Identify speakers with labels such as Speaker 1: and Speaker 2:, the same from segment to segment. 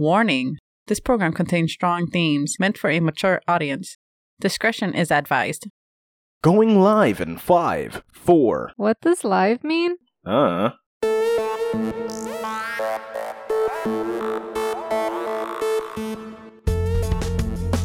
Speaker 1: Warning This program contains strong themes meant for a mature audience. Discretion is advised.
Speaker 2: Going live in five, four.
Speaker 3: What does live mean?
Speaker 2: Uh.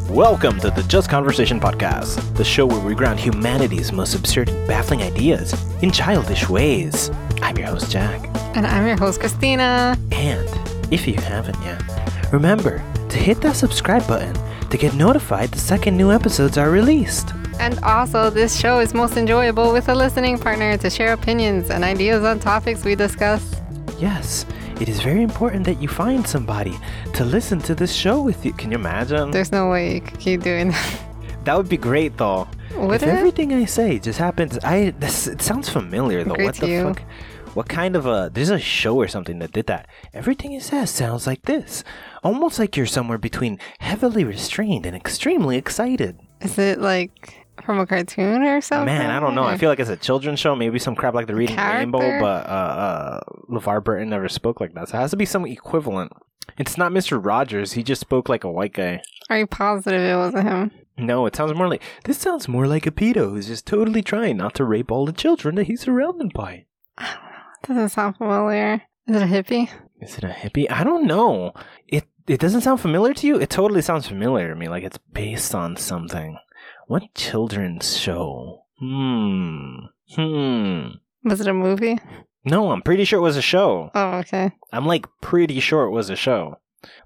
Speaker 2: Welcome to the Just Conversation podcast, the show where we ground humanity's most absurd and baffling ideas in childish ways. I'm your host, Jack.
Speaker 3: And I'm your host, Christina.
Speaker 2: And if you haven't yet, remember to hit that subscribe button to get notified the second new episodes are released.
Speaker 3: And also, this show is most enjoyable with a listening partner to share opinions and ideas on topics we discuss.
Speaker 2: Yes, it is very important that you find somebody to listen to this show with you. Can you imagine?
Speaker 3: There's no way you could keep doing that.
Speaker 2: That would be great, though.
Speaker 3: Would
Speaker 2: if
Speaker 3: it?
Speaker 2: everything I say just happens, I this it sounds familiar though.
Speaker 3: Agree
Speaker 2: what
Speaker 3: to
Speaker 2: the
Speaker 3: you.
Speaker 2: fuck? What kind of a there's a show or something that did that? Everything you says sounds like this, almost like you're somewhere between heavily restrained and extremely excited.
Speaker 3: Is it like from a cartoon or something?
Speaker 2: Man, I don't know. I
Speaker 3: Or-
Speaker 2: feel like it's a children's show, maybe some crap like the Reading Rainbow,
Speaker 3: Oh, Character?
Speaker 2: but uh, uh, LeVar Burton never spoke like that, so it has to be some equivalent. It's not Mister Rogers; he just spoke like a white guy.
Speaker 3: Are you positive it wasn't him?
Speaker 2: No, it sounds more like this sounds more like a pedo who's just totally trying not to rape all the children that he's surrounded by.
Speaker 3: Doesn't sound familiar. Is it a hippie?
Speaker 2: Is it a hippie? I don't know. It it doesn't sound familiar to you? It totally sounds familiar to me, like it's based on something. What children's show? Hmm. Hmm.
Speaker 3: Was it a movie?
Speaker 2: No, I'm pretty sure it was a show.
Speaker 3: Oh, okay.
Speaker 2: I'm like pretty sure it was a show.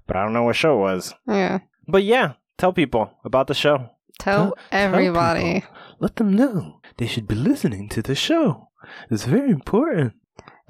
Speaker 2: But I don't know what show it was.
Speaker 3: Yeah.
Speaker 2: But yeah, tell people about the show.
Speaker 3: Tell
Speaker 2: Tell- tell
Speaker 3: everybody.
Speaker 2: people. Let them know they should be listening to the show. It's very important.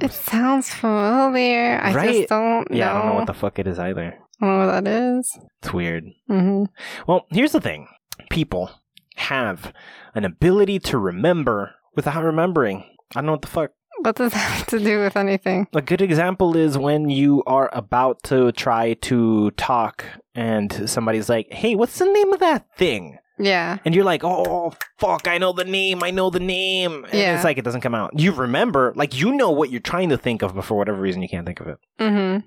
Speaker 3: It sounds familiar. I
Speaker 2: Right?
Speaker 3: just don't know.
Speaker 2: Yeah, I don't know what the fuck it is either.
Speaker 3: I don't know what that is.
Speaker 2: It's weird.
Speaker 3: Mm-hmm.
Speaker 2: Well, here's the thing people have an ability to remember without remembering. I don't know what the fuck.
Speaker 3: What does that have to do with anything?
Speaker 2: A good example is when you are about to try to talk and somebody's like, hey, what's the name of that thing?
Speaker 3: Yeah.
Speaker 2: And you're like, oh, fuck, I know the name, I know the name. And
Speaker 3: Yeah.
Speaker 2: it's like, it doesn't come out. You remember, like, you know what you're trying to think of, but for whatever reason, you can't think of it.
Speaker 3: Mm-hmm.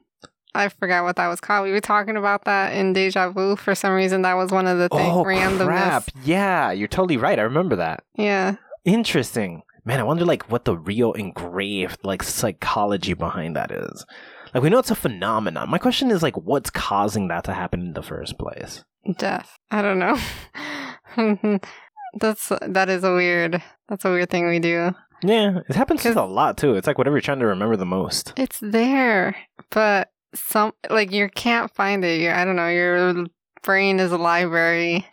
Speaker 3: I forgot what that was called. We were talking about that in Deja Vu. For some reason, that was one of the things.
Speaker 2: oh,
Speaker 3: randomness.
Speaker 2: crap. Yeah, you're totally right. I remember that.
Speaker 3: Yeah.
Speaker 2: Interesting. Man, I wonder like what the real engraved like psychology behind that is. Like we know it's a phenomenon. My question is like what's causing that to happen in the first place?
Speaker 3: Death. I don't know. that's that is a weird. That's a weird thing we do.
Speaker 2: Yeah, it happens to
Speaker 3: 'Cause-
Speaker 2: a lot too. It's like whatever you're trying to remember the most.
Speaker 3: It's there, but some like you can't find it. you I don't know. Your brain is a library,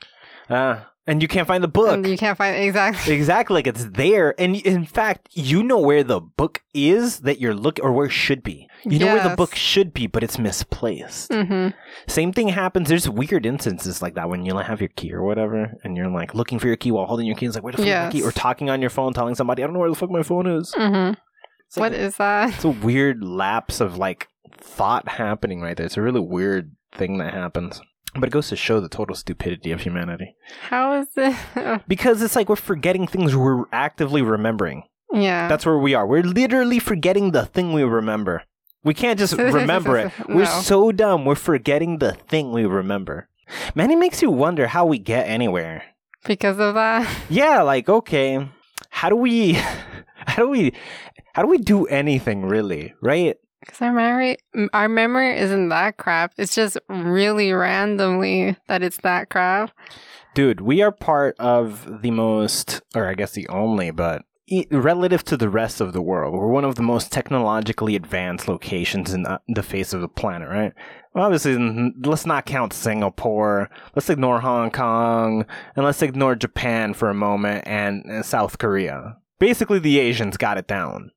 Speaker 2: Uh, and you can't find the book.
Speaker 3: and you can't find exactly.
Speaker 2: Exactly, like it's there, and y- in fact, you know where the book is that you're looking, or where it should be. You know where the
Speaker 3: Yes.
Speaker 2: book should be, but it's misplaced.
Speaker 3: Mm-hmm.
Speaker 2: Same thing happens. There's weird instances like that when you like, have your key or whatever, and you're like looking for your key while holding your key. It's like, where the fuck is my key?
Speaker 3: Yes.
Speaker 2: Or talking on your phone, telling somebody, I don't know where the fuck my phone is.
Speaker 3: Mm-hmm.
Speaker 2: It's like
Speaker 3: What
Speaker 2: a-
Speaker 3: is that?
Speaker 2: It's a weird lapse of like thought happening right there. It's a really weird thing that happens. But it goes to show the total stupidity of humanity.
Speaker 3: How is it?
Speaker 2: Because it's like we're forgetting things we're actively remembering.
Speaker 3: yeah.
Speaker 2: That's where we are. We're literally forgetting the thing we remember. We can't just remember it. We're
Speaker 3: No.
Speaker 2: so dumb. We're forgetting the thing we remember. Man, it makes you wonder how we get anywhere.
Speaker 3: because of that.
Speaker 2: Yeah, like okay, how do we, how do we, how do we do anything really? Right?
Speaker 3: Because our memory, m- our memory isn't that crap. It's just really randomly that it's that crap.
Speaker 2: Dude, we are part of the most, or I guess the only, but e- relative to the rest of the world, we're one of the most technologically advanced locations in the- the face of the planet, right? Well, obviously, n- let's not count Singapore. Let's ignore Hong Kong, and let's ignore Japan for a moment, and, and South Korea. Basically, the Asians got it down.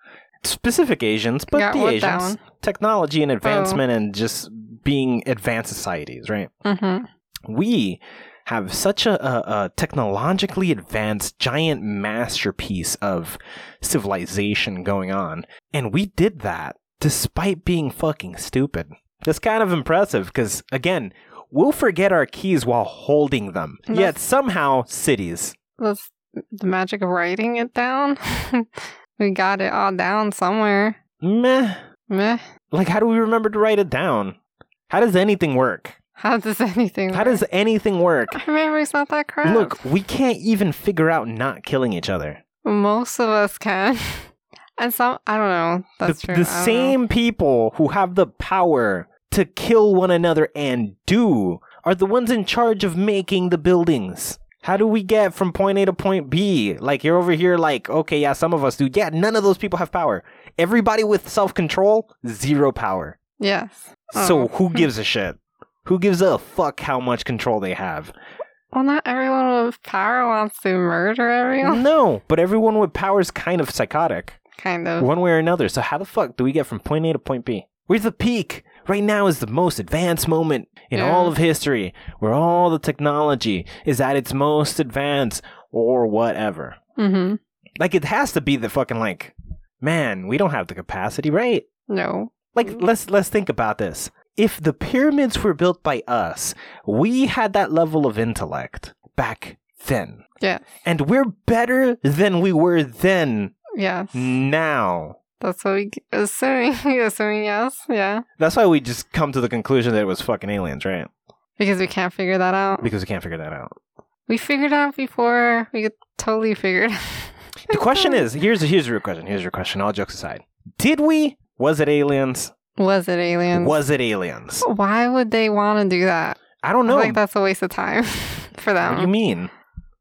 Speaker 2: Specific Asians, but
Speaker 3: Got
Speaker 2: the
Speaker 3: what
Speaker 2: Asians.
Speaker 3: down? Oh.
Speaker 2: Technology and advancement, and just being advanced societies, right?
Speaker 3: Mm-hmm.
Speaker 2: we have such a, a, a technologically advanced giant masterpiece of civilization going on and we did that despite being fucking stupid that's kind of impressive because again we'll forget our keys while holding them
Speaker 3: That's-
Speaker 2: yet somehow cities
Speaker 3: That's the magic of writing it down. we got it all down somewhere.
Speaker 2: meh
Speaker 3: Meh.
Speaker 2: like how do we remember to write it down How does anything work?
Speaker 3: How does anything?
Speaker 2: How does anything work?
Speaker 3: work? our memory's not that crap?
Speaker 2: Look, we can't even figure out not killing each other.
Speaker 3: most of us can, and some I don't know. That's
Speaker 2: the
Speaker 3: true.
Speaker 2: the
Speaker 3: I don't know.
Speaker 2: same people who have the power to kill one another and do are the ones in charge of making the buildings. How do we get from point A to point B? Like you're over here like, okay, yeah, some of us do. Yeah, none of those people have power. Everybody with self-control, zero power.
Speaker 3: Yes.
Speaker 2: So
Speaker 3: Oh.
Speaker 2: who gives a shit? Who gives a fuck how much control they have?
Speaker 3: Well, not everyone with power wants to murder everyone.
Speaker 2: No, but everyone with power is kind of psychotic.
Speaker 3: Kind of.
Speaker 2: one way or another. So how the fuck do we get from point A to point B? Where's the peak? Right now is the most advanced moment in
Speaker 3: Yeah.
Speaker 2: all of history, where all the technology is at its most advanced, or whatever.
Speaker 3: Mm-hmm.
Speaker 2: Like it has to be the fucking like, man, we don't have the capacity, right?
Speaker 3: No.
Speaker 2: Like
Speaker 3: Mm-hmm.
Speaker 2: let's let's think about this. If the pyramids were built by us, we had that level of intellect back then.
Speaker 3: Yeah.
Speaker 2: And we're better than we were then
Speaker 3: Yes.
Speaker 2: now.
Speaker 3: That's what we assuming. assuming yes. Yeah.
Speaker 2: That's why we just come to the conclusion that it was fucking aliens, right?
Speaker 3: Because we can't figure that out.
Speaker 2: Because we can't figure that out.
Speaker 3: We figured it out before. We could totally figure it out.
Speaker 2: The question is here's here's your question. Here's your question. All jokes aside, did we? Was it aliens?
Speaker 3: Was it aliens?
Speaker 2: Was it aliens?
Speaker 3: Why would they want to do that?
Speaker 2: I don't
Speaker 3: I
Speaker 2: know.
Speaker 3: feel like that's a waste of time
Speaker 2: what
Speaker 3: for them.
Speaker 2: do you mean?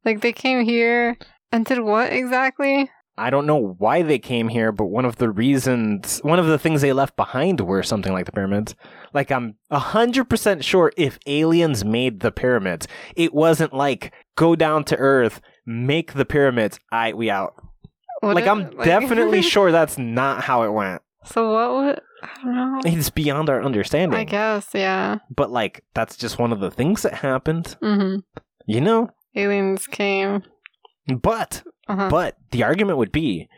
Speaker 3: Like they came here and did what exactly?
Speaker 2: I don't know why they came here, but one of the reasons, one of the things they left behind were something like the pyramids. Like, I'm 100% sure if aliens made the pyramids, it wasn't like, go down to Earth, make the pyramids, I, we out.
Speaker 3: What
Speaker 2: like,
Speaker 3: is
Speaker 2: I'm
Speaker 3: it? Like-
Speaker 2: definitely sure that's not how it went.
Speaker 3: so what would I don't know?
Speaker 2: It's beyond our understanding.
Speaker 3: I guess yeah.
Speaker 2: But like that's just one of the things that happened,
Speaker 3: hmm
Speaker 2: you know?
Speaker 3: Aliens came.
Speaker 2: But
Speaker 3: Uh-huh.
Speaker 2: but the argument would be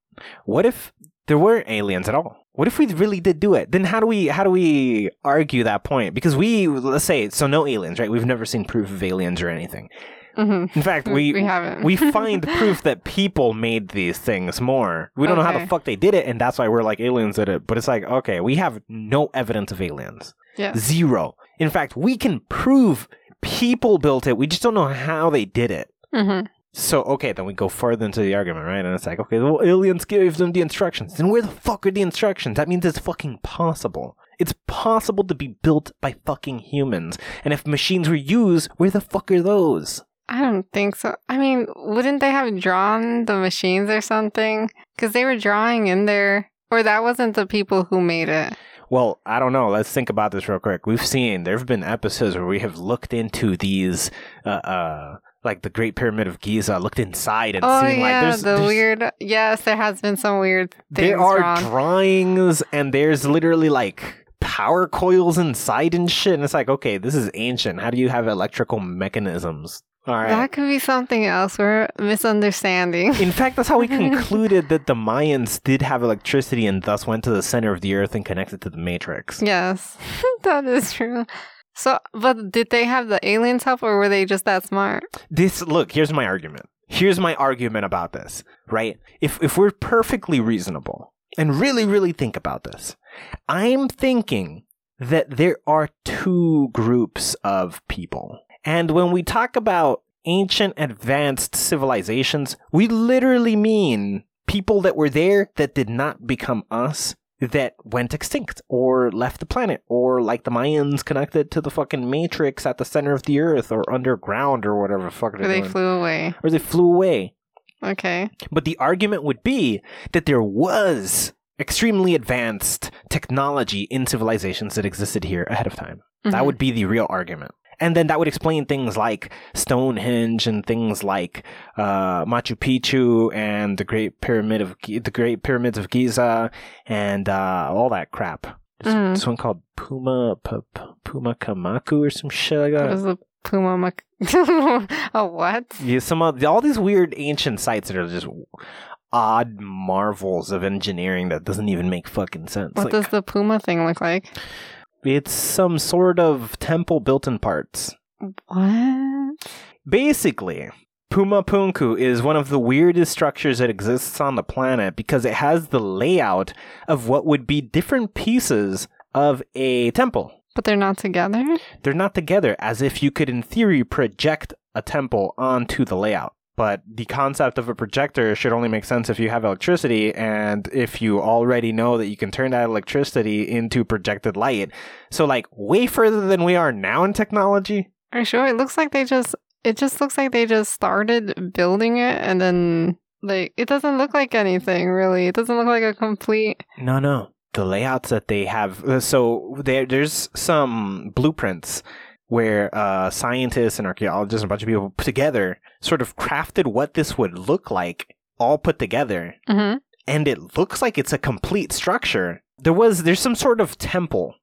Speaker 2: what if there weren't aliens at all? What if we really did do it? Then how do we how do we argue that point? Because we let's say so no aliens, right? We've never seen proof of aliens or anything.
Speaker 3: hmm
Speaker 2: In fact, we
Speaker 3: we haven't.
Speaker 2: we find proof that people made these things more. We don't know how the
Speaker 3: Okay.
Speaker 2: fuck they did it, and that's why we're like aliens did it. But it's like, okay, we have no evidence of aliens.
Speaker 3: yeah.
Speaker 2: Zero. In fact, we can prove people built it. We just don't know how they did it.
Speaker 3: hmm
Speaker 2: So, okay, then we go further into the argument, right? And it's like, okay, well, aliens gave them the instructions. Then where the fuck are the instructions? That means it's fucking possible. It's possible to be built by fucking humans. And if machines were used, where the fuck are those?
Speaker 3: I don't think so. I mean, wouldn't they have drawn the machines or something? Because they were drawing in there, or that wasn't the people who made it.
Speaker 2: Well, I don't know. Let's think about this real quick. We've seen there have been episodes where we have looked into these, uh, uh, like the Great Pyramid of Giza, looked inside and
Speaker 3: oh
Speaker 2: seen like
Speaker 3: yeah,
Speaker 2: there's
Speaker 3: the
Speaker 2: there's-
Speaker 3: weird. Yes, there has been some weird things
Speaker 2: there are
Speaker 3: drawn.
Speaker 2: drawings and there's literally like power coils inside and shit and it's like okay this is ancient how do you have electrical mechanisms all right
Speaker 3: That could be something else. We're misunderstanding.
Speaker 2: in fact that's how we concluded that the mayans did have electricity and thus went to the center of the earth and connected to the matrix
Speaker 3: yes, that is true. So, but did they have the aliens help, or were they just that smart?
Speaker 2: this look here's my argument here's my argument about this right if if we're perfectly reasonable and really really think about this i'm thinking that there are two groups of people and when we talk about ancient advanced civilizations we literally mean people that were there that did not become us that went extinct or left the planet or like the Mayans connected to the fucking matrix at the center of the earth or underground or whatever the fuck
Speaker 3: Or
Speaker 2: they're
Speaker 3: they
Speaker 2: doing.
Speaker 3: flew away?
Speaker 2: or they flew away.
Speaker 3: Okay.
Speaker 2: But the argument would be that there was extremely advanced technology in civilizations that existed here ahead of time. That
Speaker 3: Mhm.
Speaker 2: would be the real argument. And then that would explain things like Stonehenge and things like uh, Machu Picchu and the Great Pyramid of Gi- the Great Pyramids of Giza and uh, all that crap. There's
Speaker 3: Mhm.
Speaker 2: This one called Puma P- P- Puma Kamaku or some shit like
Speaker 3: What
Speaker 2: that.
Speaker 3: was a puma. Mac- a what?
Speaker 2: Yeah, some of all these weird ancient sites that are just odd marvels of engineering that doesn't even make fucking sense.
Speaker 3: What
Speaker 2: Like,
Speaker 3: does the puma thing look like?
Speaker 2: it's some sort of temple built in parts.
Speaker 3: What?
Speaker 2: Basically, Puma Punku is one of the weirdest structures that exists on the planet because it has the layout of what would be different pieces of a temple.
Speaker 3: But they're not together?
Speaker 2: They're not together, as if you could, in theory, project a temple onto the layout. But the concept of a projector should only make sense if you have electricity, and if you already know that you can turn that electricity into projected light. So, like, way further than we are now in technology.
Speaker 3: Are you sure? It looks like they just it just looks like they just started building it and then like it doesn't look like anything really. It doesn't look like a complete
Speaker 2: No, no. The layouts that they have. uh, So there, there's some blueprints where uh, scientists and archaeologists and a bunch of people together sort of crafted what this would look like, all put together,
Speaker 3: mm-hmm.
Speaker 2: and it looks like it's a complete structure. There was there's some sort of temple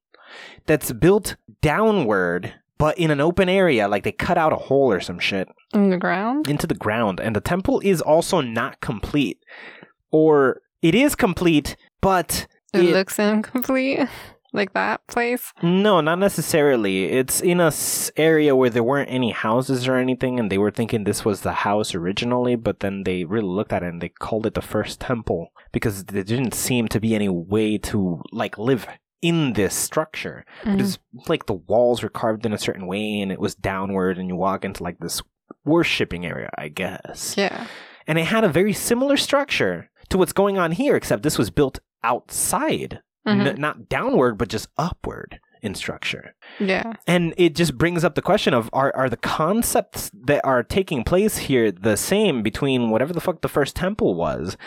Speaker 2: that's built downward, but in an open area, like they cut out a hole or some shit
Speaker 3: in the ground.
Speaker 2: into the ground, and the temple is also not complete, or it is complete, but
Speaker 3: It,
Speaker 2: it-
Speaker 3: looks incomplete. Like that place.
Speaker 2: No, not necessarily. It's in a s- area where there weren't any houses or anything, and they were thinking this was the house originally. But then they really looked at it and they called it the first temple because there didn't seem to be any way to like live in this structure.
Speaker 3: Mhm.
Speaker 2: It was like the walls were carved in a certain way, and it was downward, and you walk into like this worshipping area, I guess.
Speaker 3: Yeah.
Speaker 2: And it had a very similar structure to what's going on here, except this was built outside
Speaker 3: Mhm.
Speaker 2: N- not downward but just upward in structure
Speaker 3: yeah.
Speaker 2: and it just brings up the question of are, are the concepts that are taking place here the same between whatever the fuck the first temple was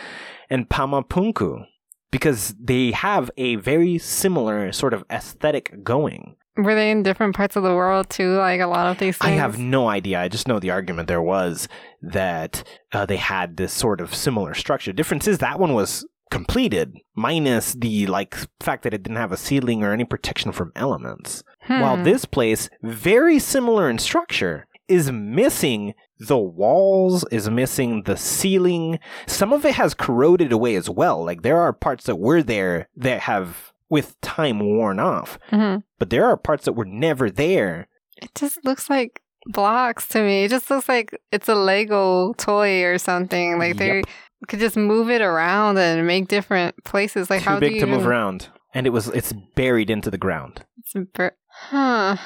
Speaker 2: and pamapunku because they have a very similar sort of aesthetic going
Speaker 3: Were they in different parts of the world too? Like a lot of these
Speaker 2: i
Speaker 3: things.
Speaker 2: have no idea i just know the argument there was that uh, they had this sort of similar structure difference is that one was completed minus the like fact that it didn't have a ceiling or any protection from elements while
Speaker 3: Hmm.
Speaker 2: this place, very similar in structure, is missing the walls, is missing the ceiling. Some of it has corroded away as well. Like there are parts that were there that have, with time, worn off,
Speaker 3: Mhm.
Speaker 2: but there are parts that were never there.
Speaker 3: It just looks like blocks to me. It just looks like it's a Lego toy or something. Like they
Speaker 2: Yep.
Speaker 3: could just move it around and make different places. Like
Speaker 2: Too
Speaker 3: how do
Speaker 2: big
Speaker 3: you
Speaker 2: to move
Speaker 3: even-
Speaker 2: around, and it was it's buried into the ground.
Speaker 3: It's bur- huh.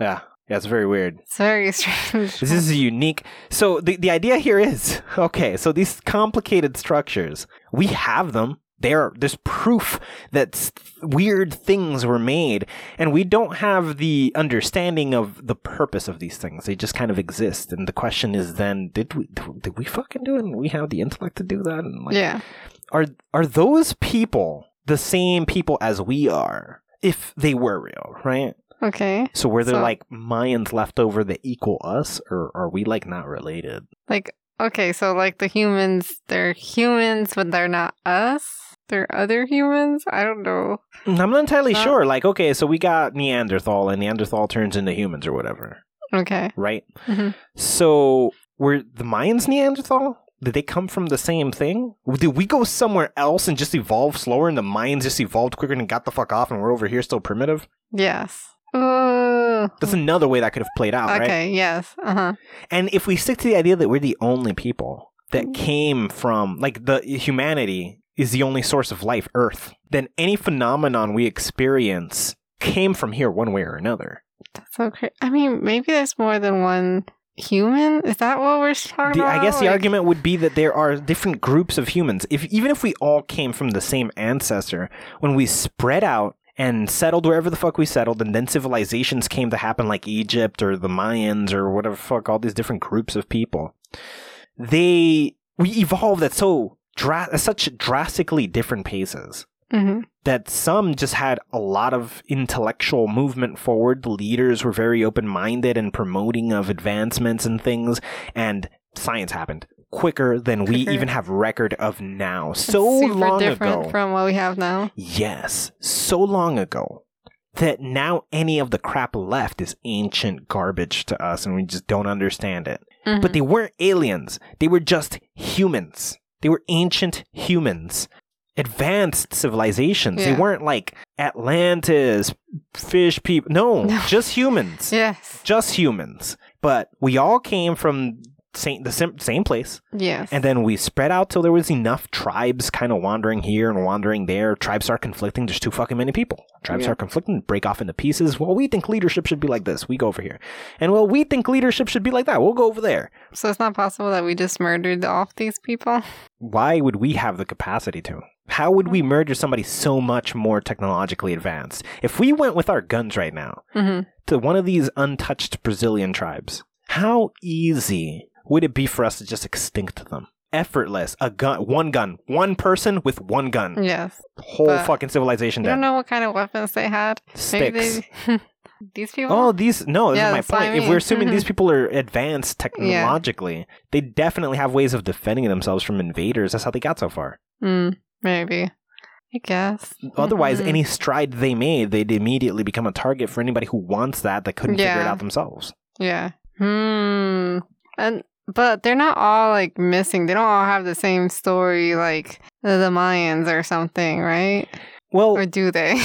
Speaker 2: Yeah, that's very weird.
Speaker 3: It's very strange.
Speaker 2: This is unique. So the the idea here is okay. So these complicated structures, we have them. There, there's proof that s- weird things were made, and we don't have the understanding of the purpose of these things. They just kind of exist, and the question is then: Did we did we fucking do it? And we have the intellect to do that? And like,
Speaker 3: yeah.
Speaker 2: are are those people the same people as we are? If they were real, right?
Speaker 3: Okay.
Speaker 2: So were there
Speaker 3: So-
Speaker 2: like Mayans left over that equal us, or are we like not related?
Speaker 3: Like okay, so like the humans, they're humans, but they're not us. They're other humans. I don't know.
Speaker 2: Mm, I'm not entirely
Speaker 3: Not-
Speaker 2: sure. Like, okay, so we got Neanderthal, and Neanderthal turns into humans or whatever,
Speaker 3: Okay.
Speaker 2: right?
Speaker 3: Mhm.
Speaker 2: So were the Mayans Neanderthal? Did they come from the same thing? Did we go somewhere else and just evolve slower, and the Mayans just evolved quicker and got the fuck off, and we're over here still primitive?
Speaker 3: Yes. Ooh.
Speaker 2: That's another way that could have played out, right?
Speaker 3: okay. Yes. Uh huh.
Speaker 2: And if we stick to the idea that we're the only people that
Speaker 3: Mm.
Speaker 2: came from, like, the humanity is the only source of life, Earth, then any phenomenon we experience came from here one way or another.
Speaker 3: That's so crazy. I mean, maybe there's more than one human. Is that what we're talking
Speaker 2: The-
Speaker 3: about?
Speaker 2: I guess the
Speaker 3: Like-
Speaker 2: argument would be that there are different groups of humans. If even if we all came from the same ancestor, when we spread out and settled wherever the fuck we settled, and then civilizations came to happen, like Egypt or the Mayans or whatever fuck, all these different groups of people, they we evolved at so dra- at such drastically different paces
Speaker 3: Mhm.
Speaker 2: that some just had a lot of intellectual movement forward. The leaders were very open minded and promoting of advancements and things, and science happened quicker than we
Speaker 3: Quicker.
Speaker 2: even have record of now.
Speaker 3: It's
Speaker 2: So
Speaker 3: super
Speaker 2: long
Speaker 3: different
Speaker 2: ago.
Speaker 3: from what we have now.
Speaker 2: yes, so long ago that now any of the crap left is ancient garbage to us and we just don't understand it.
Speaker 3: Mm-hmm.
Speaker 2: But they weren't aliens. They were just humans. They were ancient humans, advanced civilizations. They
Speaker 3: Yeah.
Speaker 2: weren't like Atlantis, fish people. No,
Speaker 3: No.
Speaker 2: just humans.
Speaker 3: yes,
Speaker 2: Just humans. But we all came from same, the sim- same place.
Speaker 3: yes,
Speaker 2: And then we spread out till there was enough tribes kind of wandering here and wandering there. Tribes start conflicting. There's too fucking many people. Tribes
Speaker 3: Yeah.
Speaker 2: are conflicting, break off into pieces. Well, we think leadership should be like this. We go over here. And well, we think leadership should be like that. We'll go over there.
Speaker 3: So it's not possible that we just murdered off these people.
Speaker 2: Why would we have the capacity to? How would
Speaker 3: Hmm.
Speaker 2: we murder somebody so much more technologically advanced? If we went with our guns right now
Speaker 3: hmm
Speaker 2: to one of these untouched Brazilian tribes, how easy would it be for us to just extinct them? Effortless. A gun, one gun, one person with one gun.
Speaker 3: Yes.
Speaker 2: Whole
Speaker 3: Hmm. But-
Speaker 2: fucking civilization
Speaker 3: You
Speaker 2: dead.
Speaker 3: don't know what kind of weapons they had.
Speaker 2: Sticks.
Speaker 3: they, these people.
Speaker 2: Oh, these no, this
Speaker 3: Yeah,
Speaker 2: is my
Speaker 3: that's what
Speaker 2: point.
Speaker 3: I
Speaker 2: If
Speaker 3: mean. Mm-hmm.
Speaker 2: we're assuming these people are advanced technologically, they definitely have ways of defending themselves from invaders. That's how they got so far.
Speaker 3: Mm, maybe. I guess.
Speaker 2: Otherwise,
Speaker 3: Mhm.
Speaker 2: any stride they made, they'd immediately become a target for anybody who wants that that couldn't figure it
Speaker 3: Yeah.
Speaker 2: out themselves.
Speaker 3: Yeah. Hmm. And but they're not all like missing. They don't all have the same story like the Mayans or something, right?
Speaker 2: Well,
Speaker 3: Or do they?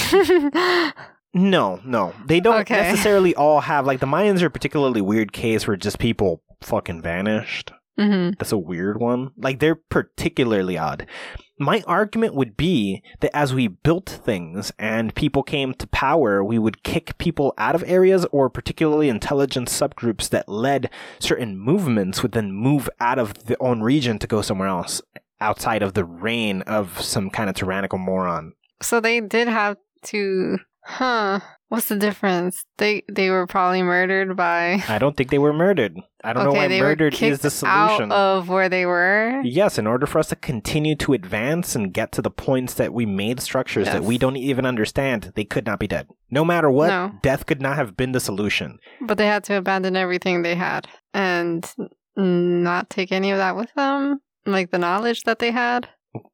Speaker 2: no, no, they don't
Speaker 3: Okay.
Speaker 2: necessarily all have like the Mayans are a particularly weird case where just people fucking vanished.
Speaker 3: hmm
Speaker 2: That's a weird one. Like they're particularly odd. My argument would be that as we built things and people came to power, we would kick people out of areas or particularly intelligent subgroups that led certain movements would then move out of their own region to go somewhere else outside of the reign of some kind of tyrannical moron.
Speaker 3: So they did have to. Huh. What's the difference? They they were probably murdered by.
Speaker 2: I don't think they were murdered. I don't know why
Speaker 3: they
Speaker 2: murdered
Speaker 3: were
Speaker 2: is
Speaker 3: kicked
Speaker 2: the solution.
Speaker 3: out of where they were.
Speaker 2: Yes, in order for us to continue to advance and get to the points that we made structures that
Speaker 3: Yes.
Speaker 2: we don't even understand, they could not be dead. No matter what,
Speaker 3: No.
Speaker 2: death could not have been the solution.
Speaker 3: But they had to abandon everything they had and n- not take any of that with them, like the knowledge that they had.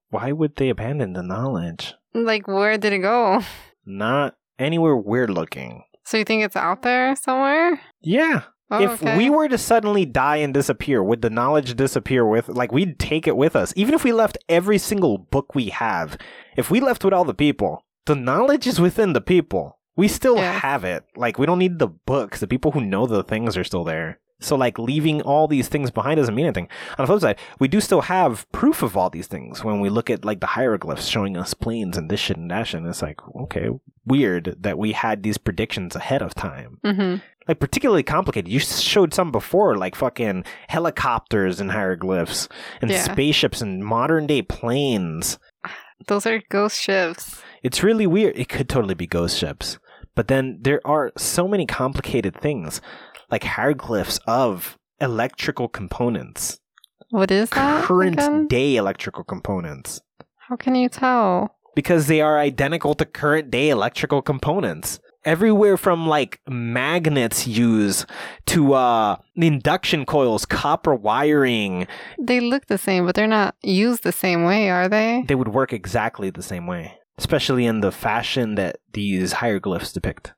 Speaker 2: Why would they abandon the knowledge?
Speaker 3: Like, where did it go?
Speaker 2: Not anywhere we're looking.
Speaker 3: So you think it's out there somewhere?
Speaker 2: Yeah.
Speaker 3: Oh,
Speaker 2: if
Speaker 3: okay.
Speaker 2: we were to suddenly die and disappear, would the knowledge disappear with? Like, we'd take it with us. Even if we left every single book we have, if we left with all the people, the knowledge is within the people. We still
Speaker 3: Yes.
Speaker 2: have it. Like, we don't need the books. The people who know the things are still there. So, like, leaving all these things behind doesn't mean anything. On the flip side, we do still have proof of all these things when we look at, like, the hieroglyphs showing us planes and this shit and that shit. And it's like, okay, weird that we had these predictions ahead of time
Speaker 3: hmm
Speaker 2: like particularly complicated. You showed some before, like fucking helicopters and hieroglyphs, and
Speaker 3: Yeah.
Speaker 2: spaceships and modern day planes.
Speaker 3: Those are ghost ships.
Speaker 2: It's really weird. It could totally be ghost ships, but then there are so many complicated things, like hieroglyphs of electrical components,
Speaker 3: What is that?
Speaker 2: current
Speaker 3: again?
Speaker 2: day electrical components,
Speaker 3: How can you tell?
Speaker 2: because they are identical to current day electrical components. Everywhere from like magnets use to uh, induction coils, copper wiring,
Speaker 3: They look the same, but they're not used the same way, are they?
Speaker 2: they would work exactly the same way, especially in the fashion that these hieroglyphs depict.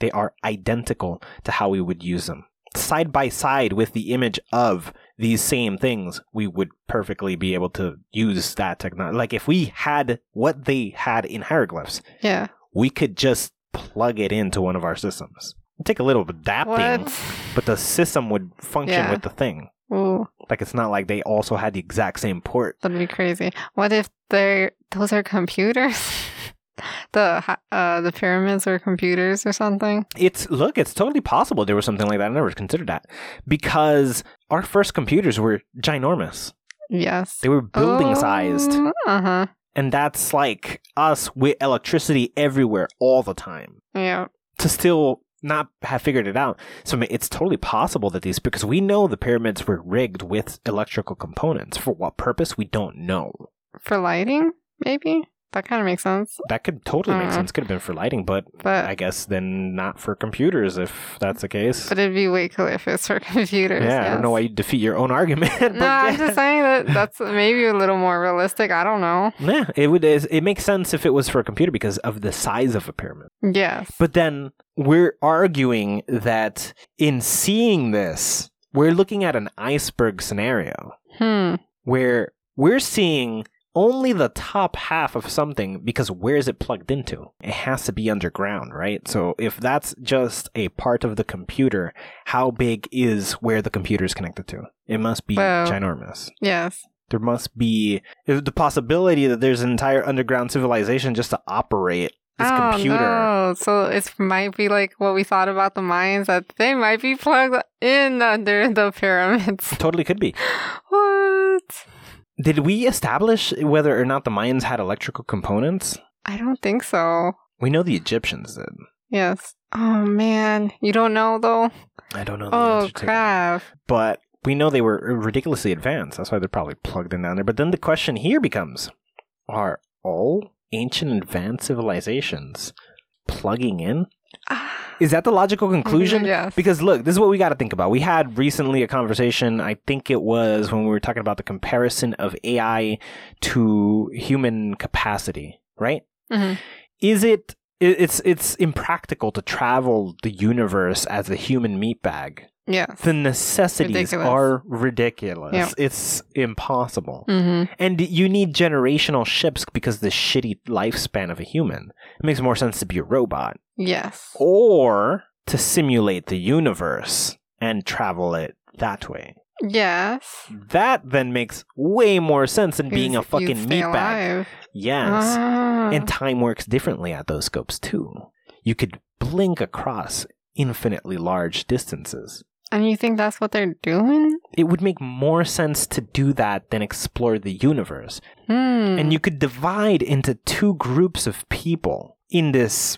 Speaker 2: They are identical to how we would use them. Side by side with the image of these same things, we would perfectly be able to use that technology. Like if we had what they had in hieroglyphs,
Speaker 3: Yeah.
Speaker 2: we could just plug it into one of our systems. It'd take a little adapting,
Speaker 3: What?
Speaker 2: but the system would function
Speaker 3: Yeah.
Speaker 2: with the thing.
Speaker 3: Ooh,
Speaker 2: Like it's not like they also had the exact same port.
Speaker 3: that'd be crazy. What if they're those are computers? the hi- uh the pyramids were computers or something.
Speaker 2: It's look, it's totally possible there was something like that. I never considered that because our first computers were ginormous.
Speaker 3: Yes.
Speaker 2: They were building sized,
Speaker 3: Uh huh.
Speaker 2: and that's like us with electricity everywhere all the time
Speaker 3: Yeah.
Speaker 2: to still not have figured it out. So I mean, it's totally possible that these because we know the pyramids were rigged with electrical components for what purpose we don't know.
Speaker 3: For lighting, maybe that kind of makes sense.
Speaker 2: That could totally make
Speaker 3: Mm.
Speaker 2: sense. Could have been for lighting, but
Speaker 3: But
Speaker 2: I guess then not for computers if that's the case.
Speaker 3: but it'd be way cooler if it's for computers.
Speaker 2: yeah, I don't know why you defeat your own argument. but
Speaker 3: No, I'm
Speaker 2: yeah.
Speaker 3: just saying that that's maybe a little more realistic. I don't know.
Speaker 2: Yeah, it would. is- It makes sense if it was for a computer because of the size of a pyramid.
Speaker 3: Yes.
Speaker 2: But then we're arguing that in seeing this, we're looking at an iceberg scenario
Speaker 3: Hmm.
Speaker 2: where we're seeing only the top half of something because where is it plugged into? It has to be underground, right? So if that's just a part of the computer, how big is where the computer is connected to? It must be
Speaker 3: Well-
Speaker 2: ginormous
Speaker 3: Yes.
Speaker 2: there must be the possibility that there's an entire underground civilization just to operate this computer.
Speaker 3: Oh, No. So it might be like what we thought about the Mayans that they might be plugged in under the pyramids.
Speaker 2: Totally could be.
Speaker 3: what?
Speaker 2: Did we establish whether or not the Mayans had electrical components?
Speaker 3: I don't think so.
Speaker 2: We know the Egyptians did.
Speaker 3: Yes. Oh man, you don't know though.
Speaker 2: I don't know the
Speaker 3: Oh
Speaker 2: answer to that.
Speaker 3: crap.
Speaker 2: But we know they were ridiculously advanced. That's why they're probably plugged in down there. But then the question here becomes are all ancient advanced civilizations plugging in?
Speaker 3: Ah.
Speaker 2: Is that the logical conclusion?
Speaker 3: Yes.
Speaker 2: Because look, this is what we got to think about. We had recently a conversation, I think it was when we were talking about the comparison of AI to human capacity, right?
Speaker 3: Mhm.
Speaker 2: Is it i- it's it's impractical to travel the universe as a human meatbag.
Speaker 3: Yes.
Speaker 2: The necessities
Speaker 3: Ridiculous.
Speaker 2: are ridiculous.
Speaker 3: Yeah.
Speaker 2: It's impossible.
Speaker 3: hmm
Speaker 2: And you need generational ships because of the shitty lifespan of a human. It makes more sense to be a robot
Speaker 3: Yes.
Speaker 2: Oh. or to simulate the universe and travel it that way.
Speaker 3: Yes.
Speaker 2: That then makes way more sense than being a
Speaker 3: Because you'd
Speaker 2: fucking
Speaker 3: stay
Speaker 2: meatbag.
Speaker 3: alive.
Speaker 2: Yes.
Speaker 3: Ah.
Speaker 2: And time works differently at those scopes too. You could blink across infinitely large distances.
Speaker 3: and you think that's what they're doing?
Speaker 2: It would make more sense to do that than explore the universe.
Speaker 3: Hmm.
Speaker 2: And you could divide into two groups of people in this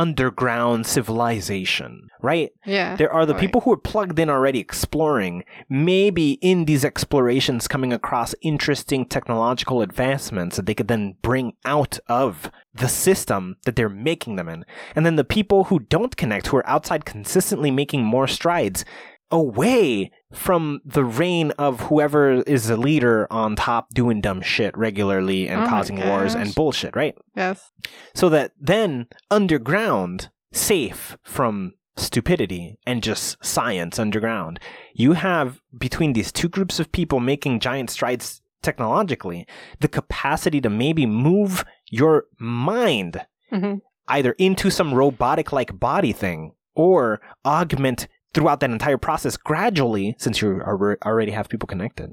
Speaker 2: underground civilization, right?
Speaker 3: yeah.
Speaker 2: There are the
Speaker 3: Right.
Speaker 2: people who are plugged in already exploring, maybe in these explorations coming across interesting technological advancements that they could then bring out of the system that they're making them in. And then the people who don't connect, who are outside consistently making more strides away from the reign of whoever is the leader on top doing dumb shit regularly and
Speaker 3: Oh my
Speaker 2: causing wars
Speaker 3: gosh.
Speaker 2: and bullshit, right?
Speaker 3: Yes.
Speaker 2: so that then underground, safe from stupidity and just science underground, you have between these two groups of people making giant strides technologically, the capacity to maybe move your mind
Speaker 3: Mhm.
Speaker 2: either into some robotic like body thing or augment throughout that entire process gradually since you are- already have people connected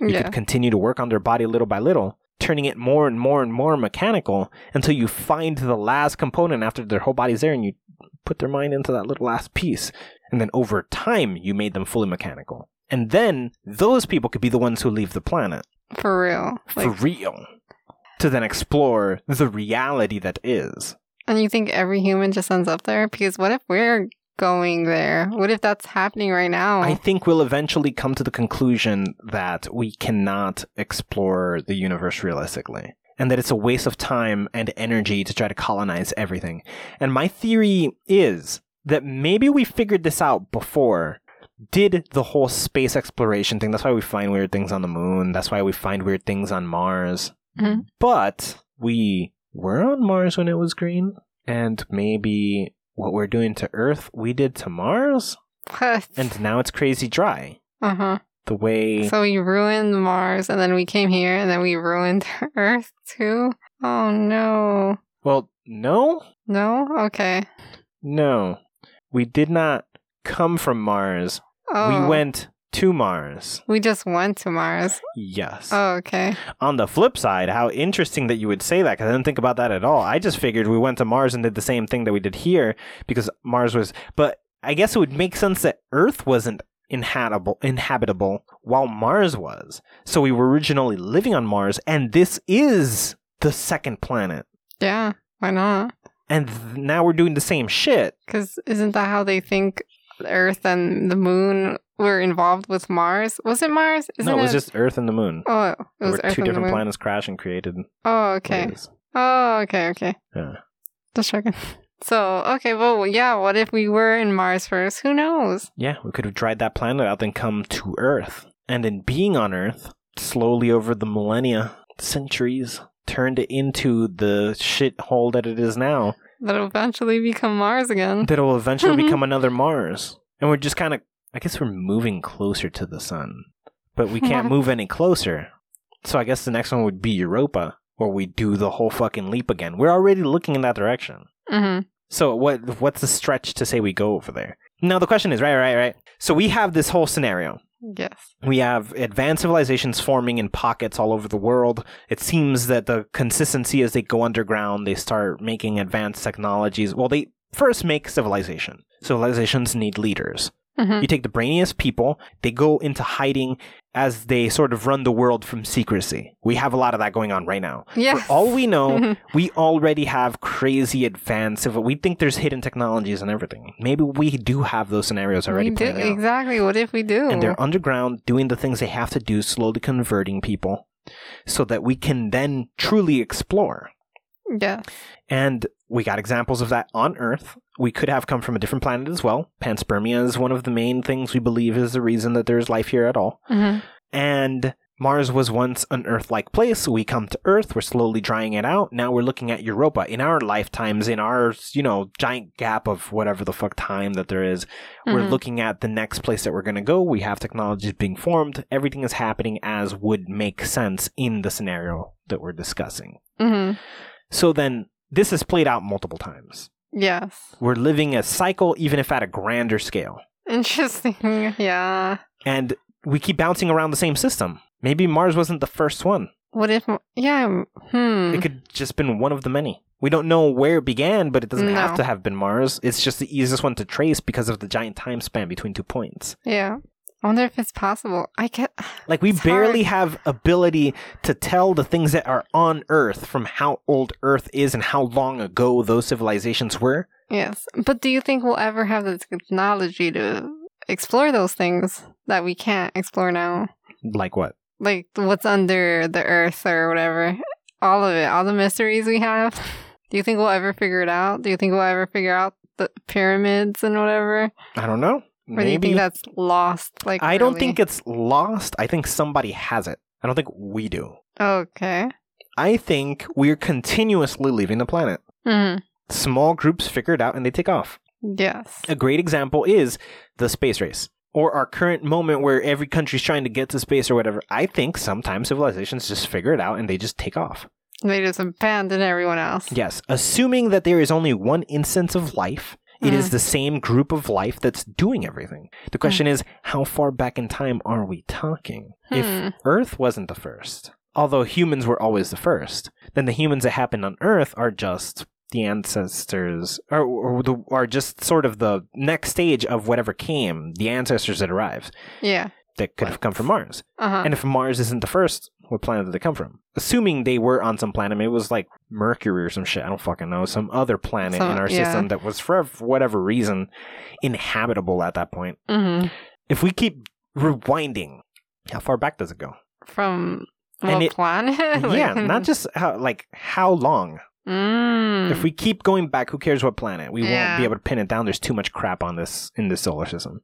Speaker 2: you
Speaker 3: Yeah.
Speaker 2: could continue to work on their body little by little turning it more and more and more mechanical until you find the last component after their whole body's there and you put their mind into that little last piece and then over time you made them fully mechanical and then those people could be the ones who leave the planet
Speaker 3: For real. Like,
Speaker 2: for real to then explore the reality that is
Speaker 3: and you think every human just ends up there? Because what if we're going there? What if that's happening right now?
Speaker 2: i think we'll eventually come to the conclusion that we cannot explore the universe realistically and that it's a waste of time and energy to try to colonize everything. And my theory is that maybe we figured this out before. Did the whole space exploration thing. That's why we find weird things on the moon. That's why we find weird things on Mars.
Speaker 3: Mhm.
Speaker 2: But we were on Mars when it was green. And maybe what we're doing to Earth, we did to Mars. And now it's crazy dry.
Speaker 3: uh huh.
Speaker 2: The way.
Speaker 3: So we ruined Mars, and then we came here, and then we ruined Earth too. Oh no.
Speaker 2: well, no?
Speaker 3: No. Okay.
Speaker 2: No. We did not come from Mars.
Speaker 3: Oh.
Speaker 2: We went to Mars.
Speaker 3: We just went to Mars.
Speaker 2: Yes.
Speaker 3: Oh, okay.
Speaker 2: On the flip side, how interesting that you would say that because I didn't think about that at all. I just figured we went to Mars and did the same thing that we did here because Mars was. But I guess it would make sense that Earth wasn't inhabitable, inhabitable while Mars was. So we were originally living on Mars, and this is the second planet.
Speaker 3: Yeah. Why not?
Speaker 2: And th- now we're doing the same shit.
Speaker 3: Because isn't that how they think Earth and the Moon were involved with Mars? Was it Mars? Isn't
Speaker 2: no, it was just Earth and the Moon.
Speaker 3: Oh, it
Speaker 2: There
Speaker 3: was
Speaker 2: were
Speaker 3: Earth
Speaker 2: two
Speaker 3: and the
Speaker 2: different
Speaker 3: Moon.
Speaker 2: planets crashed and created
Speaker 3: Oh, okay.
Speaker 2: waves.
Speaker 3: Oh, okay, okay.
Speaker 2: Yeah.
Speaker 3: Just checking. So, okay, well, yeah, what if we were in Mars first? Who knows?
Speaker 2: Yeah, we could have dried that planet out, then come to Earth. And in being on Earth, slowly over the millennia, centuries, turned it into the shithole that it is now,
Speaker 3: That'll eventually become Mars again.
Speaker 2: that'll
Speaker 3: Mm-hmm.
Speaker 2: eventually become another Mars. And we're just kind of, I guess we're moving closer to the sun, but we can't move any closer. So I guess the next one would be Europa, where we do the whole fucking leap again. We're already looking in that direction.
Speaker 3: Mm-hmm.
Speaker 2: So what what's the stretch to say we go over there? Now the question is, right, right, right. So we have this whole scenario
Speaker 3: Mm-hmm. Yes.
Speaker 2: We have advanced civilizations forming in pockets all over the world. It seems that the consistency as they go underground, they start making advanced technologies. Well, they first make civilization. Civilizations need leaders.
Speaker 3: Mhm.
Speaker 2: You take the brainiest people, they go into hiding as they sort of run the world from secrecy. We have a lot of that going on right now.
Speaker 3: Yes.
Speaker 2: For all we know, we already have crazy advanced civil. We think there's hidden technologies and everything. Maybe we do have those scenarios already
Speaker 3: we do,
Speaker 2: playing out.
Speaker 3: exactly. What if we do?
Speaker 2: And they're underground doing the things they have to do, slowly converting people so that we can then truly explore.
Speaker 3: yeah.
Speaker 2: And we got examples of that on Earth. We could have come from a different planet as well. Panspermia is one of the main things we believe is the reason that there's life here at all.
Speaker 3: hmm
Speaker 2: And Mars was once an Earth like place. We come to Earth, we're slowly drying it out. Now we're looking at Europa. In our lifetimes, in our, you know, giant gap of whatever the fuck time that there is, we're
Speaker 3: Mhm.
Speaker 2: looking at the next place that we're going to go. We have technologies being formed. Everything is happening as would make sense in the scenario that we're discussing.
Speaker 3: hmm
Speaker 2: So then this is played out multiple times.
Speaker 3: Yes.
Speaker 2: We're living a cycle, even if at a grander scale.
Speaker 3: Interesting. Yeah.
Speaker 2: And we keep bouncing around the same system. Maybe Mars wasn't the first one.
Speaker 3: What if? Yeah. mm, Hmm.
Speaker 2: It could just been one of the many. We don't know where it began, but it doesn't have
Speaker 3: No.
Speaker 2: to have been Mars. It's just the easiest one to trace because of the giant time span between two points.
Speaker 3: Yeah. I wonder if it's possible. I get.
Speaker 2: Like we
Speaker 3: It's
Speaker 2: barely have ability to tell the things that are on Earth from how old Earth is and how long ago those civilizations were.
Speaker 3: Yes. But do you think we'll ever have the technology to explore those things that we can't explore now?
Speaker 2: Like what?
Speaker 3: Like what's under the earth or whatever? All of it. All the mysteries we have. Do you think we'll ever figure it out? Do you think we'll ever figure out the pyramids and whatever? Or
Speaker 2: I don't know.
Speaker 3: do you think that's lost? Like
Speaker 2: I don't
Speaker 3: really?
Speaker 2: think it's lost. I think somebody has it. I don't think we do.
Speaker 3: Okay.
Speaker 2: I think we're continuously leaving the planet.
Speaker 3: hmm
Speaker 2: Small groups figure it out and they take off.
Speaker 3: Yes.
Speaker 2: A great example is the space race or our current moment where every country's trying to get to space or whatever. I think sometimes civilizations just figure it out and they just take off.
Speaker 3: They just abandon everyone else.
Speaker 2: Yes, assuming that there is only one instance of life, it is the same group of life that's doing everything. The question is, how far back in time are we talking? If
Speaker 3: Hmm.
Speaker 2: Earth wasn't the first, although humans were always the first, then the humans that happened on Earth are just the ancestors, or, or the, are just sort of the next stage of whatever came, the ancestors that arrived
Speaker 3: Yeah.
Speaker 2: that could have come from Mars.
Speaker 3: Uh huh.
Speaker 2: And if Mars isn't the first, what planet did they come from? Assuming they were on some planet, maybe it was like Mercury or some shit. I don't fucking know. Some other planet
Speaker 3: Some-
Speaker 2: in our
Speaker 3: yeah.
Speaker 2: system that was, for whatever reason, inhabitable at that point.
Speaker 3: hmm
Speaker 2: If we keep rewinding, how far back does it go?
Speaker 3: From
Speaker 2: And
Speaker 3: what
Speaker 2: it-
Speaker 3: planet? Like- hmm.
Speaker 2: yeah, not just how, like how long.
Speaker 3: Mm.
Speaker 2: If we keep going back, who cares what planet? We won't
Speaker 3: Yeah.
Speaker 2: be able to pin it down. There's too much crap on this in this solar system.